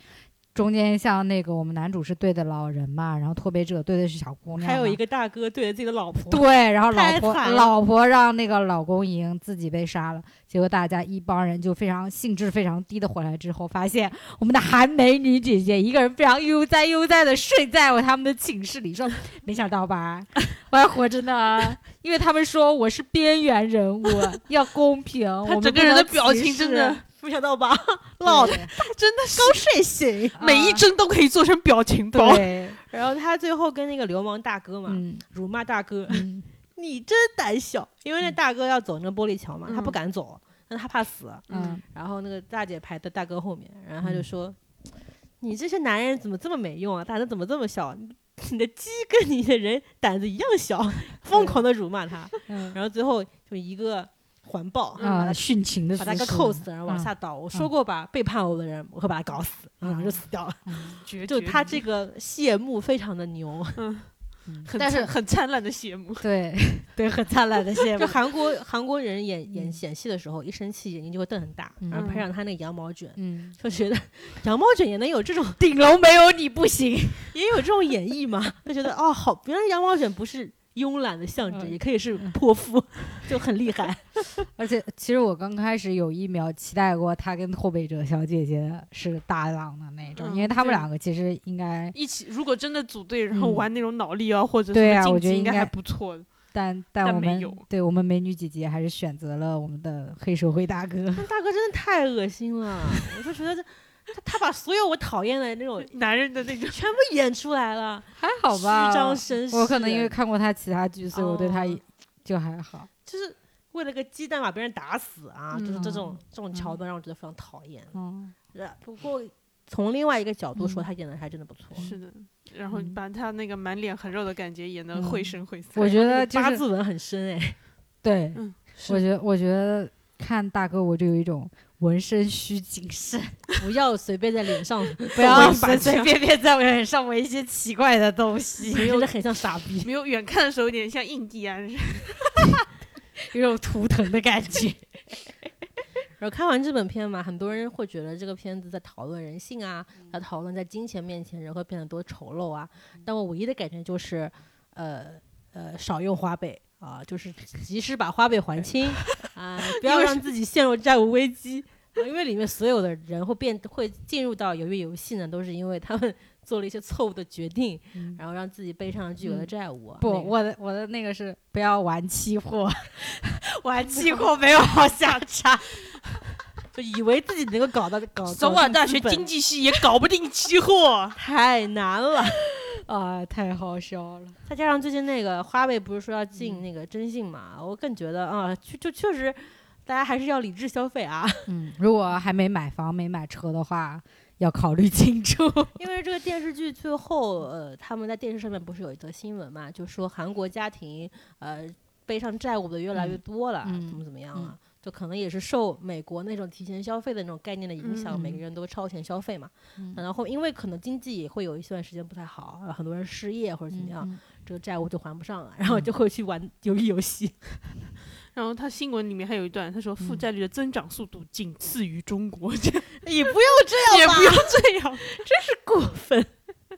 B: 中间像那个我们男主是对的老人嘛，然后脱北者对的是小姑娘嘛，
A: 还有一个大哥对着自己的老婆，
B: 啊对，然后
A: 太
B: 老婆
A: 惨了
B: 老婆让那个老公赢，自己被杀了。结果大家一帮人就非常兴致非常低的回来之后，发现我们的韩美女姐姐一个人非常悠哉悠哉的睡在我他们的寝室里，说没想到吧，我还活着呢，因为他们说我是边缘人物，要公平。
C: 他
B: 我们
C: 整个
B: 不
C: 人的
B: 能
C: 表
B: 歧
C: 情真
B: 视
C: 的，
A: 没想到吧？ 老
B: 对嗯
C: 真的是
A: 刚睡醒，
C: 每一
B: 啊
C: 帧都可以做成表情 包。
B: 对，
A: 然后他最后跟那个流氓大哥嘛，
B: 嗯
A: 辱骂大哥，
B: 嗯
A: 你真胆小，因为那
B: 嗯
A: 大哥要走那个玻璃桥嘛，他
C: 嗯
A: 不敢走，但他怕死，
B: 嗯，
A: 然后那个大姐排在大哥后面，然后他就
B: 嗯
A: 说：“你这些男人怎么这么没用啊？胆子怎么这么小？你你的鸡跟你的人胆子一样小。”疯狂的辱骂他，
B: 嗯
A: 然后最后就一个环抱，把
B: 啊，
A: 他
B: 殉情的
A: 把
B: 姿
A: 他
B: 势，
A: 给扣死，然后往下倒。我说
B: 嗯
A: 过吧，背叛我的人，我会把他搞死，嗯然后就死掉了。
B: 嗯
C: 绝
A: 就
C: 绝
A: 他这个谢幕非常的牛，
C: 很
A: 但是
C: 灿很灿烂的谢幕，
B: 嗯 对 对，很灿烂 的谢幕
A: 就。韩国韩国人演演
B: 嗯
A: 演戏的时候，一生气眼睛就会瞪很大，然后配
C: 嗯
A: 上他那个羊毛卷，
B: 嗯，
A: 就觉得羊毛卷也能有这种
B: 顶楼没有你不行。
A: 也有这种演绎嘛，就觉得哦，好，原来羊毛卷不是慵懒的象征，
B: 嗯
A: 也可以是泼妇， 就很厉害。
B: 而且，其实我刚开始有一秒期待过他跟后备者小姐姐是搭档的那种，
C: 嗯
B: 因为他们
C: 对
B: 两个其实应该，
C: 一起如果真的组队，然后
B: 嗯
C: 玩那种脑力啊，或者
B: 对啊
C: 什么
B: 我
C: 竞
B: 觉得
C: 技，应
B: 应
C: 该
B: 该
C: 还不错的。
B: 但
C: 但
B: 但我
C: 没
B: 们
C: 有
B: 对我们美女姐姐还是选择了我们的黑社会大哥。
A: 但大哥真的太恶心了，我就觉得这他他把所有我讨厌的那种
C: 男人的那种，
A: 全部演出来了，
B: 还 好吧
A: 虚，张声势。
B: 我可能因为看过他其他剧，所以我对他
A: 哦
B: 也就还好。
A: 就是为了个鸡蛋把别人打死啊，
B: 嗯
A: 就是这种这种桥段让我觉得非常讨厌。
B: 嗯，
A: 呃不过从另外一个角度说，
B: 嗯
A: 他演的还真的不错。
C: 是的。然后
B: 嗯
C: 把他那个满脸横肉的感觉演得绘
B: 嗯
C: 声绘色。
B: 我觉得就
A: 八
B: 是
A: 字纹很深哎，
B: 对，
C: 嗯是
B: 我觉我觉得看大哥我就有一种纹身需谨慎。
A: 不要随便在脸 上
B: 不
C: 我
B: 要
C: 一把
B: 随随
C: 枪
B: 便便在我脸上围一些奇怪的 东西，
A: 真的很像傻逼。
C: 没有远看的时候有点像印第安人，
B: 有种图腾的感觉。
A: 然后看完这本片嘛，很多人会觉得这个片子在讨论人性啊，在
B: 嗯
A: 讨论在金钱面前人会变得多丑陋啊。但我唯一的感觉就是，呃呃，少用花呗啊、就是及时把花呗还 清啊、不要让自己陷入债务危机。啊因为里面所有的人会变会进入到鱿鱼游戏呢，都是因为他们 做了一些错误的决定，然后让自己背上了巨额的
B: 嗯
A: 债务啊、那
B: 不，
A: 个
B: 我的我的那个是不要玩期 货，玩期货没有好下场。
A: 就以为自己能够搞到搞
C: 首
A: 搞
C: 尔
A: 定
C: 大
A: 资
C: 学
A: 本
C: 经济系也搞不定期货。
A: 太难了。
B: 啊，太好笑了。
A: 再加上最近那个花呗不是说要
B: 嗯
A: 进那个征信嘛，我更觉得啊，就就确实，大家还是要理智消费 啊，
B: 嗯，如果还没买房、没买车的话，要考虑清楚。
A: 因为这个电视剧最后呃，他们在电视上面不是有一则新闻嘛，就说韩国家庭呃背上债务的越来越多了，
B: 嗯嗯
A: 怎么怎么样啊。就可能也是受美国那种提前消费的那种概念的影响，
B: 嗯
A: 每个人都超前消费嘛。
B: 嗯
A: 然后因为可能经济也会有一段时间不太好，然后很多人失业或者怎么
B: 嗯
A: 样，这个债务就还不上了，然后就会去玩鱿鱼游戏。
C: 然后他新闻里面还有一段，他说负
B: 嗯
C: 债率的增长速度仅次于中国，这样
A: 也不要这
C: 也
A: 样吧，
C: 不要这样。
A: 过分。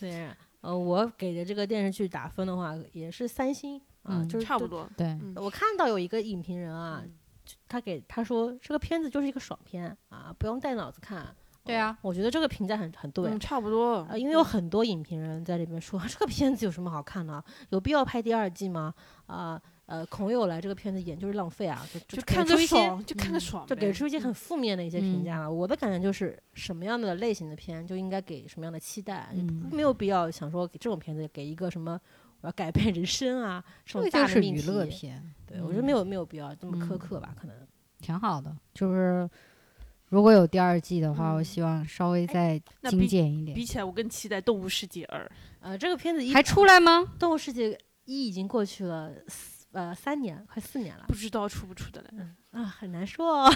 A: 对，呃，我给的这个电视剧打分的话也是三星啊，
B: 嗯
A: 就是
C: 差不。多，
B: 对，
C: 嗯
A: 我看到有一个影评人啊，
B: 嗯
A: 就他给他说这个片子就是一个爽片啊，不用带脑子看。哦
B: 对啊
A: 我，我觉得这个评价很很对。
C: 嗯，差不多
A: 啊，。因为有很多影评人在里面说 这个片子有什么好看的，有必要拍第二季吗？啊、呃，孔友来这个片子演就是浪费啊，就
C: 就
A: 给
C: 看
A: 出
C: 个
A: 一些
C: 爽，就看个
B: 嗯
C: 爽呗，
A: 就给出一些很负面的一些评
B: 嗯
A: 价了。我的感觉就是，什么样的类型的片就应该给什么样的期待，
B: 嗯
A: 没有必要想说给这种片子给一个什么我要改变人生啊这
B: 这
A: 种
B: 个
A: 大的
B: 就是
A: 命
B: 娱
A: 题。
B: 乐片，
A: 对，我觉得没有没有必要这么苛
B: 嗯
A: 刻吧，可能。
B: 挺好的。就是如果有第二季的话，
C: 嗯
B: 我希望稍
A: 哎
B: 微再
C: 那
B: 精
C: 比
B: 简一点
C: 比。起来，我更期待《动物世界二》。
A: 呃，这个片子一
B: 还
A: 《
B: 出来吗？
A: 动物世界一》已经过去了四呃三年，快四年了
C: 不知道出不出得来。
A: 啊，很难说、哦。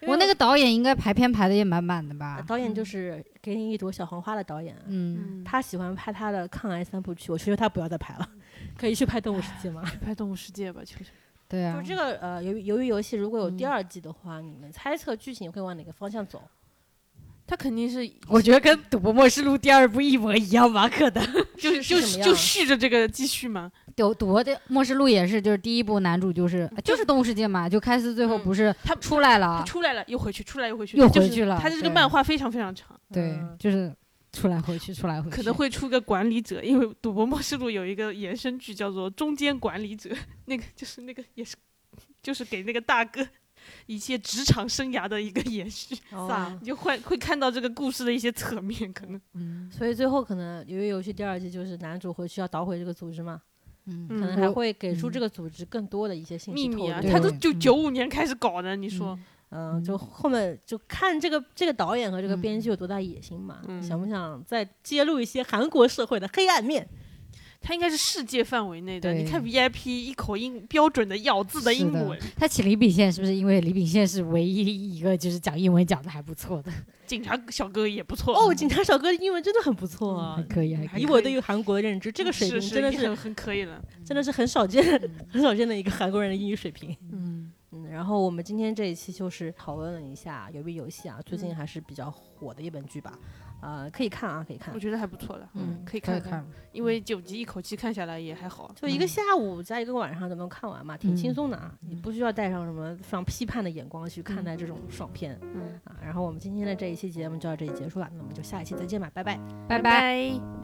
A: 因为
B: 我那个导演应该排片排的也满满的
A: 呃
B: 吧？
A: 导演就是《给你一朵小黄花》的导演啊，
B: 嗯，
A: 他喜欢拍他的抗癌三部曲，我求求他不要再拍了，可以去拍《动物世界》吗？
C: 去拍《动物世界》吧，求求。
B: 对啊
A: 就，这个呃，由于由于游戏如果有第
C: 嗯
A: 二季的话，你们猜测剧情会往哪个方向走？
C: 他肯定是
B: 我觉得跟《赌博默示录》第二部一模一样吧，可能。
C: 就是就是
A: 什么
C: 就
A: 样
C: 续着这个继续嘛，
B: 赌赌博的《默示录》也是，就是第一部男主就是就是动物世界嘛，就开司最后
C: 嗯
B: 不是
C: 他
B: 出来
C: 他
B: 了，啊
C: 出来了又回去，出来又回去，
B: 又
C: 就
B: 回
C: 是
B: 去了
C: 他的这个
B: 对
C: 漫画非常非常长，
B: 对
A: 嗯，
B: 就是出来回去，出来回去，
C: 可能会出个管理者，因为《赌博默示录》有一个衍生剧叫做《中间管理者》，那个就是那个也是就是给那个大哥一切职场生涯的一个延续，
A: 哦
C: 你就会会看到这个故事的一些侧面，可能
B: 嗯
A: 所以最后可能由于游戏第二季就是男主回去要捣毁这个组织嘛，
B: 嗯，
A: 可能
C: 嗯
A: 还会给出
B: 嗯
A: 这个组织更多的一些信息
C: 秘密
A: 透
C: 啊，
A: 露。
B: 对
C: 他都就
B: 嗯
C: 九五年开始搞的，你说，
A: 嗯，就后面就看这个这个导演和这个编剧有多大野心嘛，
C: 嗯
A: 想不想再揭露一些韩国社会的黑暗面？
C: 它应该是世界范围内的。
B: 对
C: 你看 VIP 一口英标准的咬字的
B: 是
C: 英
B: 的
C: 文，
B: 他请李秉宪是不是因为李秉宪是唯一一个就是讲英文讲的还不错的？
C: 警察小哥也不错
A: 哦，警察小哥的英文真的很不错啊
B: 还。可以，嗯还
C: 嗯还
B: 可
A: 以
B: 以。
A: 我对于韩国的认知，这个水
C: 嗯是
A: 平真的
C: 是
A: 是
C: 很很可以了。
A: 真的是很少见、 很少见的一个韩国人的英语水平。
B: 嗯，
A: 嗯，然后我们今天这一期就是讨论了一下《鱿鱼游戏》啊，最近
C: 嗯
A: 还是比较火的一本剧吧，呃，可以看啊，可以看
C: 我。觉得还不错了，
B: 嗯
C: 可以
B: 可以
C: 看
B: 看，
C: 因为九集一口气看下来也还好。
A: 就一个
B: 嗯
A: 下午加一个晚上就能看完嘛，挺轻
B: 嗯
A: 松的啊，你不需要带上什么非常批判的眼光去看待这种爽片
C: 嗯，
A: 啊。然后我们今天的这一期节目就到这里结束了，那我们就下一期再见吧，拜拜。
B: 拜拜。
C: 拜。